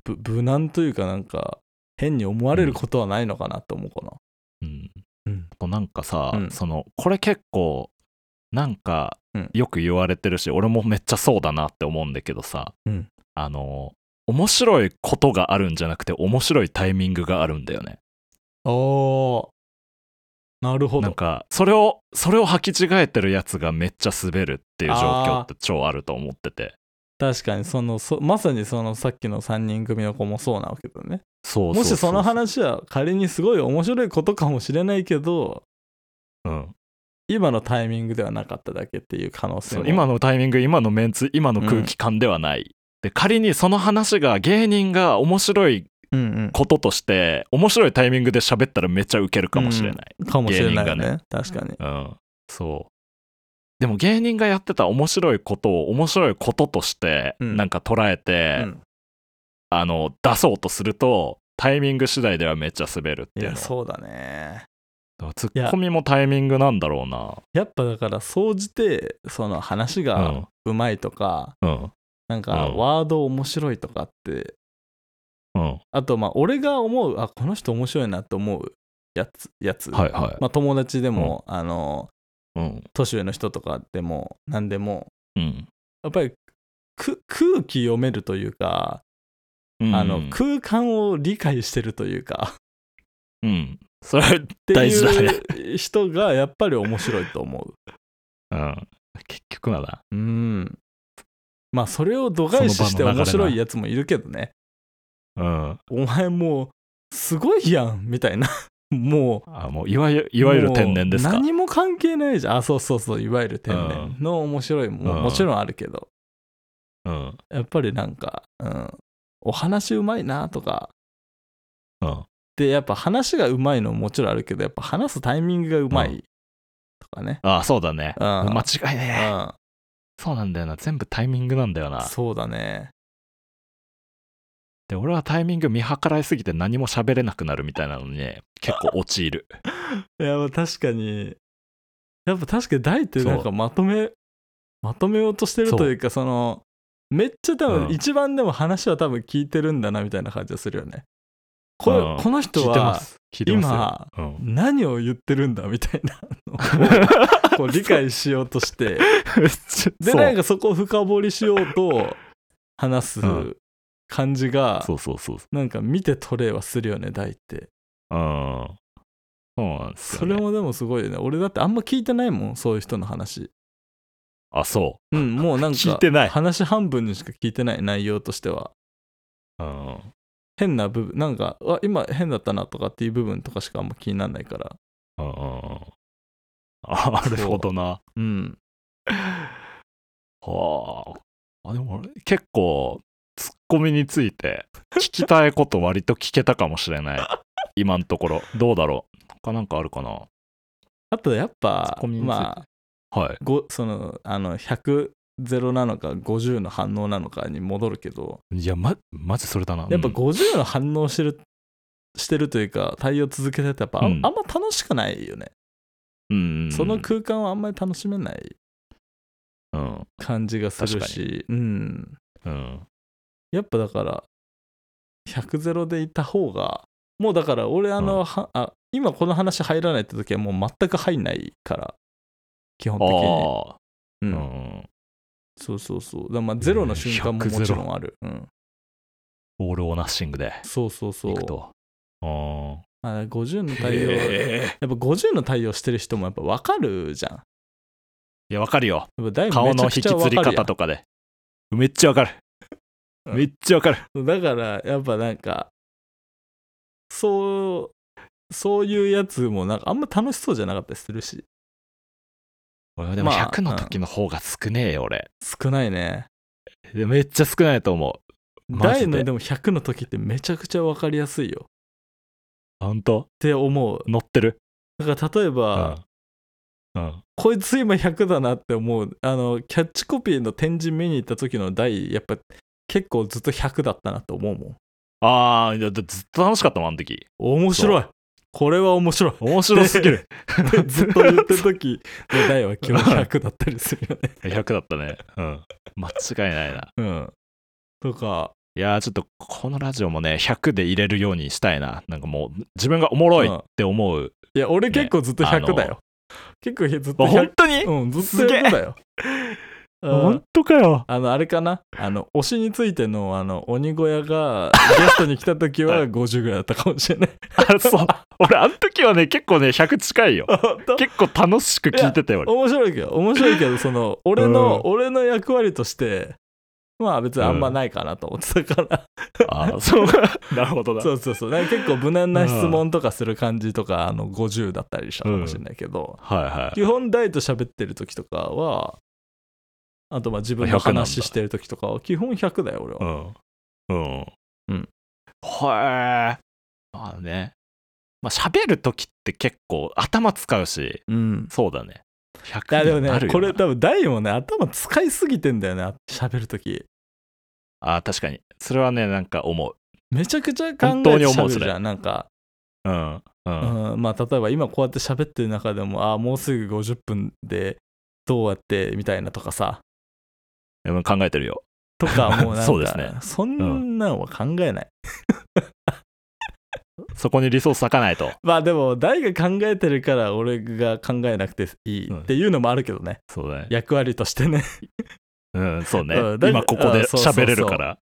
B: ぶ無難というかなんか変に思われることはないのかなと思うか
A: うん
B: うん
A: あとなんかさ、
B: うん
A: そのこれ結構なんか
B: うん
A: よく言われてるし、俺もめっちゃそうだなって思うんだけどさ、
B: うん
A: あの面白いことがあるんじゃなくて面白いタイミングがあるんだよね。
B: なおなるほ
A: なんかそれをそれを履き違えてるやつがめっちゃ滑るっていう状況って超あると思ってて
B: 確かにそのそまさにそのさっきの3人組の子もそうなわけだね
A: そう
B: も
A: うう
B: しその、話は仮にすごい面白いことかもしれないけど
A: うん、
B: 今のタイミングではなかっただけっていう可能性
A: そ
B: も
A: う今のタイミング今のメンツ今の空気感ではない。で仮にその話が芸人が面白い
B: うんうん
A: こととして面白いタイミングで喋ったらめっちゃウケるかもしれない、
B: かもしれない
A: 芸人
B: よね
A: が
B: 確かに
A: うんそうでも芸人がやってた面白いことを面白いこととして
B: うん
A: なんか捉えて、
B: うん
A: あの出そうとするとタイミング次第ではめっちゃ滑るってい
B: い
A: う
B: や
A: の
B: そうだね
A: だからツッコミもタイミングなんだろうな
B: やっぱだから総じてその話がうまいとか、
A: うん
B: なんか
A: うん
B: ワード面白いとかって
A: うん
B: あとまあ俺が思うあこの人面白いなと思うやつやつ、
A: はいはい、
B: まあ、友達でも、あの
A: うん
B: 年上の人とかでも何でも
A: うん
B: やっぱりく空気読めるというか、
A: うん
B: あの空間を理解してるというか
A: うんそれ
B: って
A: 大事だね
B: いう人がやっぱり面白いと思
A: うん結局はな
B: ううんまあそれを度外視して
A: その場の流れな
B: 面白いやつもいるけどね
A: うん
B: お前もうすごいやんみたいな もう
A: あもういわゆるいわゆる天然です
B: も
A: か
B: う何も関係ないじゃんあそうそうそういわゆる天然の面白いも、
A: うん
B: もちろんあるけど
A: うん
B: やっぱりなんか、うん、お話うまいなとか
A: うん
B: でやっぱ話がうまいのももちろんあるけどやっぱ話すタイミングがうまいとかね、
A: あそうだね
B: うん
A: 間違いねえ
B: うん
A: そうなんだよな全部タイミングなんだよな
B: そうだね
A: で俺はタイミング見計らいすぎて何も喋れなくなるみたいなのにね結構陥る
B: いやまあ確かにやっぱ確かに大ってなん
A: そ
B: かまとめまとめようとしてるというかそのめっちゃ多分、
A: うん
B: 一番でも話は多分聞いてるんだなみたいな感じがするよねこ,、
A: うん
B: この
A: 聞
B: 人
A: いてま
B: は
A: す聞いてます
B: 今
A: 今、うん
B: 何を言ってるんだみたいなの をこう理解しようとして、 で
A: そう
B: なんかそこを深掘りしようと話す
A: うん
B: 感じが、
A: そうそうそう
B: なんか見て取れはするよね大って
A: うんそうなんですよ、ね、
B: それもでもすごいよね俺だってあんま聞いてないもんそういう人の話
A: あそ
B: うんもうなん
A: 聞い
B: か
A: てない
B: 話半分にしか聞いてない内容としては
A: う、うん、
B: 変な部分なんかうわ今変だったなとかっていう部分とかしかあんま気にならないから
A: うんうんうん あなるほどな
B: うん
A: はああでも俺結構ツッコミについて聞きたいこと割と聞けたかもしれない 今のところどうだろう他なんかあるかな
B: あとやっぱ
A: ツッコミについて
B: まあ
A: はい
B: ごそのあの100ゼロなのか50の反応なのかに戻るけど
A: いやまマジそれだな
B: やっぱ
A: うん
B: 50の反応してるしてるというか対応続けててやっぱあ,、
A: うん
B: ん、あんま楽しくないよね
A: うん
B: その空間はあんまり楽しめない
A: うん
B: 感じがするし、うん、
A: うん
B: やっぱだから100ゼロでいた方がもうだから俺あの、
A: う
B: はあ今この話入らないって時はもう全く入んないから基本的に、
A: ああ
B: う
A: うんん
B: そうそうそうだからまあゼロの瞬間も
A: 100
B: もちろんある、うん、
A: オールオーナッシングで
B: そうそうそ
A: いうくとあ
B: あ50の
A: あ
B: 対応やっ
A: へえ
B: ぱ50の対応してる人もやっぱ分かるじゃん
A: いやわかるよ
B: やっぱだいぶ
A: 顔
B: めち
A: の
B: ゃ
A: 引
B: く
A: き
B: ちゃ
A: ず
B: 分
A: り
B: かるや
A: 方とかでめっちゃわかる
B: うん
A: めっちゃわかる
B: んだからやっぱなんかそうそういうやつもなんかあんま楽しそうじゃなかったりするし
A: 俺でも
B: まあ
A: 100の時の方が少ねえよ俺
B: 少ないね
A: でめっちゃ少ないと思うマジで
B: 大のでも100の時ってめちゃくちゃ分かりやすいよっ
A: 本当
B: て思う
A: 乗ってる
B: だから例え
A: う
B: ば、
A: んうん
B: こいつ今100だなって思うあのキャッチコピーの展示見に行った時の台やっぱ結構ずっと100だったなと思うもん
A: ああいやだずっと楽しかったもんあの時
B: 面白いこれは面白い
A: 面白すぎ る
B: ってずっと言ってる時の台は基本100だったりするよ ね
A: 100だったねうん間違いないな
B: うんとか
A: いやーちょっとこのラジオもね100で入れるようにしたいななんかもう自分がおもろいって思う、
B: いや俺結構ずっと
A: ねあの
B: 100だよ、結構ずっと
A: あ
B: 100
A: 本当に、
B: うんずっ
A: す
B: と
A: げえ
B: 100だようん
A: 本当かよ
B: あのあれかなあの推しについてのあの鬼小屋 がゲストに来た時
A: は
B: はい50ぐらいだったかもしれ ない
A: あそう俺あの時はね結構ね100近いよ
B: 本 当
A: 結構楽しく聞いてたよ俺
B: 面白いけど面白いけどその俺の、俺の役割としてまあ別にあんまないかなと思ってたから、
A: ああそう なるほどな
B: そうそうそうなんか結構無難な質問とかする感じとか、あの50だったりしたかもしれないけど、
A: はいはい
B: 基本大と喋ってる時とかはあとまあ自分の
A: 100なんだ
B: 話してる時とかは基本100だよ俺は、
A: うんうん
B: うん
A: はいまあねまあ喋る時って結構頭使うし
B: うん、
A: そうだね
B: いやでも
A: 100になる
B: ね
A: よ
B: こ
A: な
B: れ多分大もね頭使いすぎてんだよね喋る時
A: あ確かにそれはねなんか思う
B: めちゃくちゃ考え
A: 本
B: て
A: 当に思う
B: 喋
A: そ
B: るじ
A: れ
B: ゃんなんか、
A: うんうん、
B: うんまあ例えば今こうやって喋ってる中でもああもうすぐ50分でどうやってみたいなとかさ
A: でも考えてるよ
B: とかもうなんか
A: そうですね
B: そんなんは考えない、
A: そこにリソース割かないと
B: まあでも誰が考えてるから俺が考えなくていいっていうのもあるけどね、
A: そうだね
B: 役割としてね
A: うん、そうね。
B: うんだ
A: 今ここで
B: うんそうそうそう
A: 喋れるから。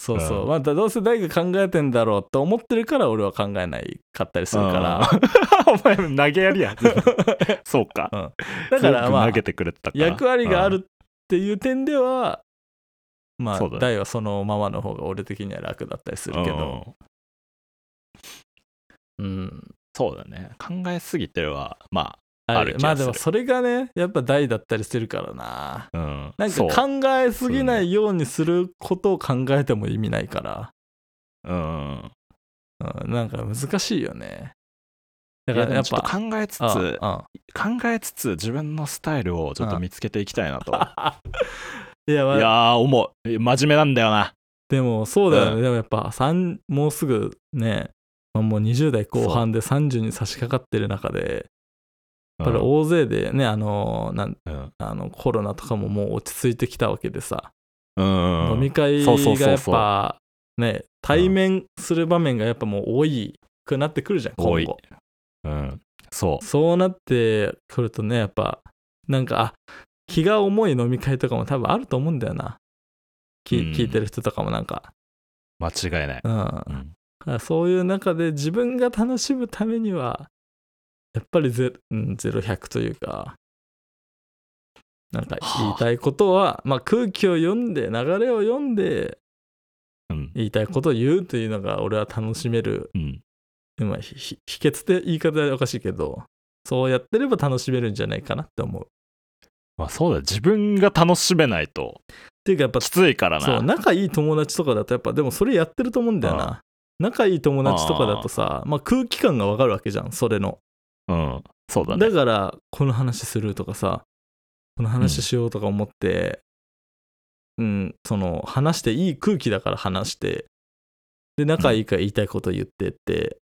B: そうそう、
A: うん
B: まあどうせ誰が考えてんだろうと思ってるから俺は考えないかったりするから、
A: うん。 お前投げやり や。そうか。
B: だからま
A: 全部
B: あ
A: 投げてくれてたから。
B: 役割があるっていう点では、まあ
A: そうだね
B: 大はそのままの方が俺的には楽だったりす
A: うん
B: るけど、
A: うん
B: うん
A: そうだね。考えすぎては、ま
B: あ
A: ある
B: る
A: 気がする
B: まあでもそれがねやっぱ大だったりするからな
A: あ、うん。
B: なん
A: そ
B: か
A: う
B: 考えすぎないようにすることを考えても意味ないから。
A: うん。
B: うん、なんか難しいよね。だ
A: だか
B: か
A: らら
B: や
A: や
B: っ
A: っ
B: ぱ
A: ぱ。考えつつ、
B: うんうん
A: 考えつつ自分のスタイルをちょっと見つけていきたいなと。
B: いや、まあ
A: いやー、思う。え真面目なんだよな。
B: でもそうだよね、
A: うん
B: でもやっぱ三もうすぐね、まあ、もう20代後半で30に差し掛かってる中でやっぱり大勢でね、あのなん
A: うん
B: あのコロナとかももう落ち着いてきたわけでさ、
A: うん。
B: 飲み会が
A: そうそうそうそう
B: やっぱね対面する場面がやっぱもう多いくなってくるじゃん今後
A: 多いうん。そう。
B: そうなってくるとね、やっぱ、なんか、あ気が重い飲み会とかも多分あると思うんだよな。き
A: うん
B: 聞いてる人とかもなんか。
A: 間違いない。
B: うん。だ
A: うん
B: からそういう中で自分が楽しむためには、やっぱりゼ,、うん、ゼロ100というか、なんか言いたいことは、まあ空気を読んで、流れを読んで、
A: うん。
B: 言いたいことを言うというのが俺は楽しめる、
A: うん。
B: まあ、ひひ秘訣って言い方はおかしいけど、そうやってれば楽しめるんじゃないかなって思う。
A: まあそうだよ。自分が楽しめないと、
B: っていうかやっぱ
A: きついからな。
B: そう仲いい友達とかだとやっぱでもそれやってると思うんだよな仲いい友達とかだとさまあ、空気感がわかるわけじゃんそれの
A: うん。そうだ
B: だ,、
A: ね。
B: からこの話するとかさこの話しようとか思ってうん、その話していい空気だから話してで仲いいから言いたいこと言ってって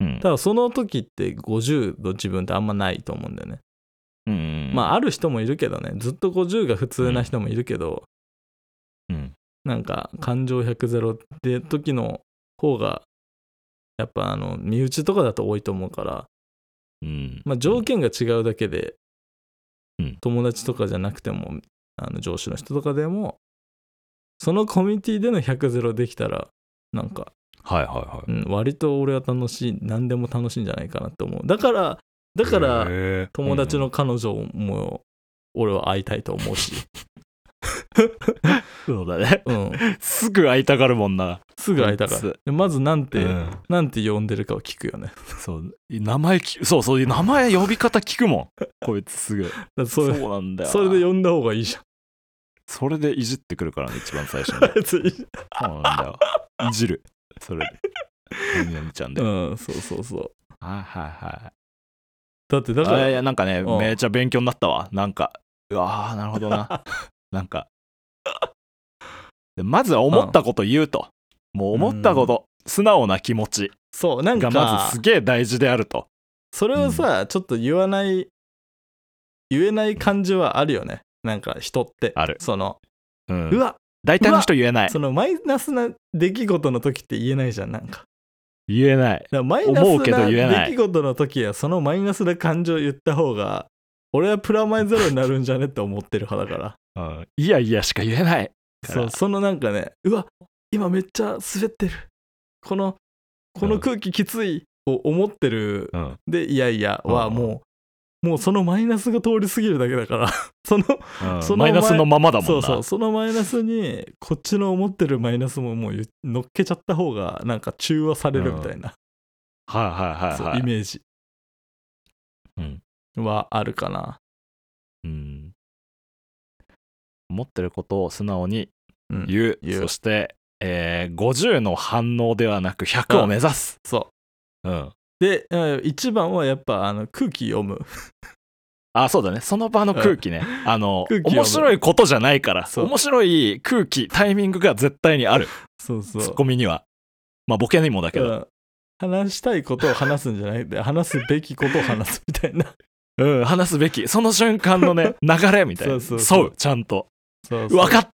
A: うん
B: ただその時って50の自分ってあんまないと思うんだよね。
A: うん
B: ま
A: あ
B: あある人もいるけどねずっと50が普通な人もいるけど、
A: うん
B: なんか感情100ゼロって時の方がやっぱあの身内とかだと多いと思うから、
A: うん
B: まあ、条件が違うだけで、
A: うん
B: 友達とかじゃなくてもあの上司の人とかでもそのコミュニティでの100ゼロできたらなんか
A: はいはいは
B: う
A: い
B: ん、割と俺は楽しい何でも楽しいんじゃないかなって思うだからだから
A: ら
B: 友達の彼女も俺は会いたいと思うし、
A: そうだね
B: うん、
A: すぐ会いたがるもんな
B: すぐ会いたか
A: こい
B: ら
A: つ
B: でまずなんて、
A: うん
B: なんて呼んでるかを聞くよねだか
A: そう名前聞そうそう名前呼び方聞くも んこいつすぐ
B: らそ
A: そう
B: れ
A: なんだよな
B: それで呼んだ方がいいじゃん
A: それでいじってくるからね一番最 初に
B: 別に
A: そうなんだよいじるそれでみなみちゃんで、
B: うんそうそうそう
A: はいはいはい
B: だってだ
A: あ
B: か
A: いや
B: ら
A: いやなんかね
B: うん
A: めちゃ勉強になったわなんかうわーなるほど ななんかでまずは思ったこと言うと、もう思ったこと、素直な気持ち
B: そうなん
A: が
B: か
A: まずすげえ大事であると
B: それをさ、ちょっと言わない言えない感じはあるよねなんか人って
A: ある
B: その、
A: うん
B: うわ
A: 大体の人言えない
B: そのマイナスな出来事の時って言えないじゃんなんか
A: 言えない
B: だからマイナス
A: 思うけど
B: な
A: 言えな
B: 出
A: い
B: 来事の時はそのマイナスな感情を言った方が俺はプラマイゼロになるんじゃねって思ってる派だから
A: うんいやいやしか言えないから
B: そうそのなんかねうわ今めっちゃ滑ってるこのこの空気きついを思ってる
A: うん
B: でいやいやは
A: うん
B: もうもうそのマイナスが通り過ぎるだけだから その
A: うん
B: その
A: マイナスのままだもんな
B: そうそうそのマイナスにこっちの思ってるマイナスももう言乗っけちゃった方がなんか中和されるみたいな、
A: はいはい
B: そう
A: はいはい
B: イメージ
A: うん
B: はあるかな
A: うん思ってることを素直に
B: うん
A: 言う,、
B: 言う
A: そして、えー50の反応ではなく100を目指す、
B: そう
A: うん、
B: でえー一番はやっぱあの空気読む
A: あそうだねその場の空気ね、あの
B: 空気読む
A: 面白いことじゃないから
B: そう
A: 面白い空気タイミングが絶対にある
B: そうそ
A: ツ
B: う
A: ッコミにはまあボケにもだけ
B: う
A: ど、
B: ん話したいことを話すんじゃなくて話すべきことを話すみたいな
A: うん話すべきその瞬間のね流れみたいな
B: そうそうそう
A: そうちゃんと
B: そうそう
A: 分かっ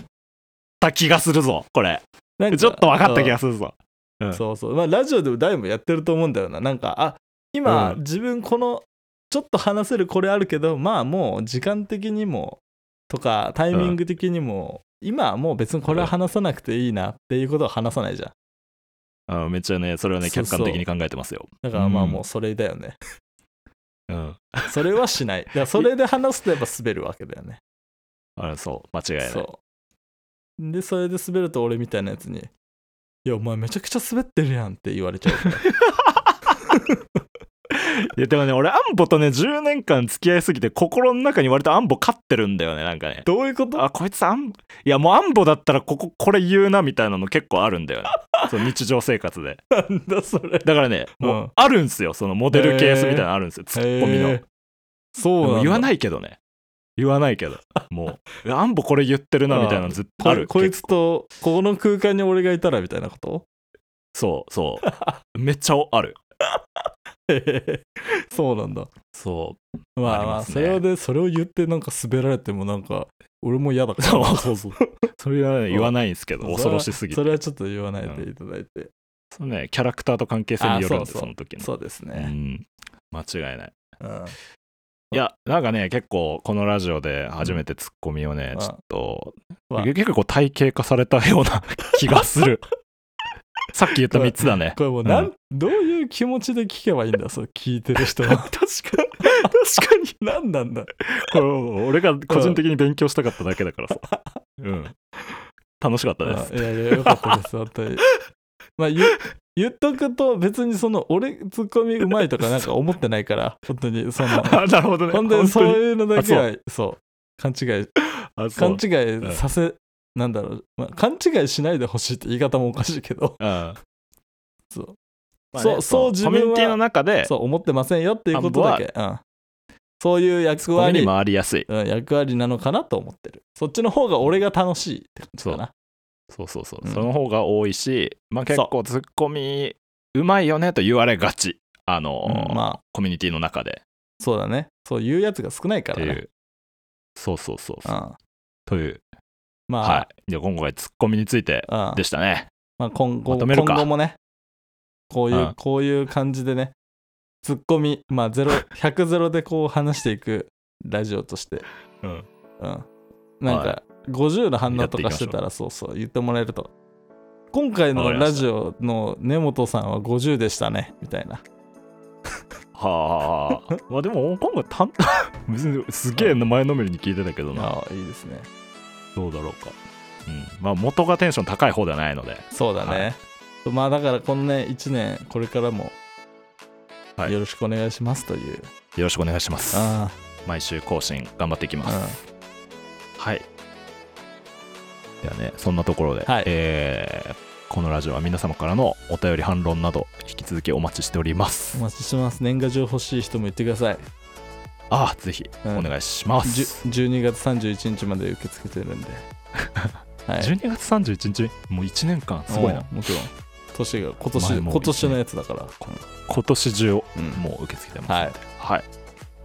A: た気がするぞこれ
B: なんか
A: ちょっと分かった気がするぞ
B: うんそうそうまあラジオでも誰もやってると思うんだよななんかあ今、
A: うん
B: 自分このちょっと話せるこれあるけどまあもう時間的にもとかタイミング的にも、今はもう別にこれは話さなくていいなっていうことは話さないじゃん
A: あめっちゃねそれはね
B: そう
A: 客
B: そう
A: 観的に考えてますよ
B: だからまあ
A: うん
B: もうそれだよね、
A: うん
B: それはしないだからそれで話すとやっぱ滑るわけだよね
A: あそう間違いない
B: そう。で、それで滑ると俺みたいなやつに、いや、お前めちゃくちゃ滑ってるやんって言われちゃ うから。
A: いやでもね俺アンボとね10年間付き合いすぎて心の中に割とアンボ勝ってるんだよねなんかね
B: どういうこと
A: あこいつアンいやもうアンボだったらこここれ言うなみたいなの結構あるんだ よねそう日常生活で
B: なんだそれ。
A: だからねも
B: う
A: うんあるんすよそのモデルケースみたいなのあるんすよツッコミの
B: へ
A: で
B: ーそうなん
A: も
B: だ。
A: 言わないいけどね言わないけども うアンボこれ言ってるなみたいなのずっとある
B: こい
A: 結
B: つと、この空間に俺がいたらみたいなこと
A: 構そうそうめっちゃある
B: へへへそうなんだ。
A: そう
B: ま
A: あ
B: あ
A: り
B: ま
A: ま
B: あ、
A: すね
B: それで、それを言ってなんか滑られてもなんか、俺も嫌だか ら。
A: そうそうそう。それはね、
B: うん
A: 言わないんですけど、
B: それは
A: 恐ろしすぎ
B: そ
A: て。
B: れはちょっと言わないでいただいて。
A: そのね、キャラクターと関係性によるんで、
B: あそうう
A: その時の。
B: そうです
A: う
B: ね。
A: ん。間違いない。
B: うん。
A: いや、なんかね、結構、このラジオで初めてツッコミをね、
B: うん
A: ちょっと
B: う、ん
A: 結構体系化されたよう な気がする。さっき言った3つだね。
B: これもうなん、
A: う
B: どういう気持ちで聞けばいいんだ、そう聞いてる人 は。確かに、確かに。何なんだ。
A: これ俺が個人的に勉強したかっただけだからさ。うん。楽しかったです。
B: あいやいや、よかったです、本当に。 まあ、言言っとくと、別にその、俺、ツッコミうまいとかなんか思ってないから、本当に、その、
A: あなるほどね。
B: 本当にそういうのだけ
A: あ
B: は、そう、勘違い、
A: あそう
B: 勘違いさせ、なんだろう、まあ、勘違いしないでほしいって言い方もおかしいけど、
A: うん
B: そう、
A: まあね
B: そうそう自
A: コ
B: 分
A: ミュ
B: は
A: ニティの中で、
B: そう思ってませんよっていうことだけ、うん、そういう役
A: コミュ
B: 割
A: に、回りやすい。
B: うん、役割なのかなと思ってる。そっちの方が俺が楽しいって感じかな。
A: そうそうそう、
B: うん
A: その方が多いし、まあ、
B: そう
A: 結構ツッコミうまいよねと言われがちあの、
B: うんまあ
A: コミュニティの中で
B: そうだねそういうやつが少ないか
A: って
B: ら
A: いう、
B: ね
A: そうそうそう
B: う
A: そう、
B: ん
A: という
B: まあ、
A: はいじゃあ今回ツッコミについて
B: うん
A: でしたね
B: まあ、今後
A: まとめるか
B: 今後もねこういう、
A: うん
B: こういう感じでねツッコミ、まあ、ゼロ100ゼロでこう話していくラジオとして、
A: うん
B: うん、なんか、
A: は
B: 50の反応と
A: や
B: か
A: っていき
B: し
A: ましょ
B: て
A: う
B: たらそうそう言ってもらえると今回
A: わ
B: の
A: かりま
B: ラ
A: した
B: ジオの根本さんは50でしたねみたいな
A: は あまあでも今回単 別にすげえ前のめりに聞いてたけどな
B: ああいいですね
A: どうだろうか、うん、まあ元がテンション高い方ではないので
B: そうだね、まあだからこのね1年これからも
A: はい
B: よろしくお願いしますという、
A: よろしくお願いします
B: あ
A: 毎週更新頑張っていきま
B: あ
A: す、
B: うん
A: はい。ではね、そんなところで、
B: はい
A: えーこのラジオは皆様からのお便り、反論など、引き続きお待ちしております
B: お。待ちしてます年賀状欲しい人も言ってください
A: ああ、ぜひ、
B: うん
A: お願いしま
B: じゅ
A: す。
B: 12月31日まで受け付けてる んで、は
A: 12月31日、もう1年間、すごいな。
B: うんもちろん年が今年
A: 前も
B: 今年のやつだから、
A: 今年中、
B: うん
A: もう受け付けてます。
B: はい
A: はい。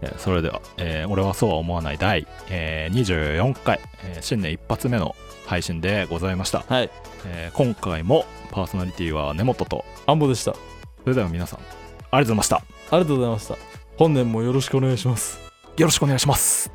A: えーそれでは、えー俺はそうは思わない第、えー24回、えー新年一発目の配信でございました。
B: はい
A: えー今回もパーソナリティは根本と、
B: アンボでしたあ
A: それでは皆さん、ありがとうございました。
B: りがとうございました本年もよろしくお願いします
A: よろしくお願いします。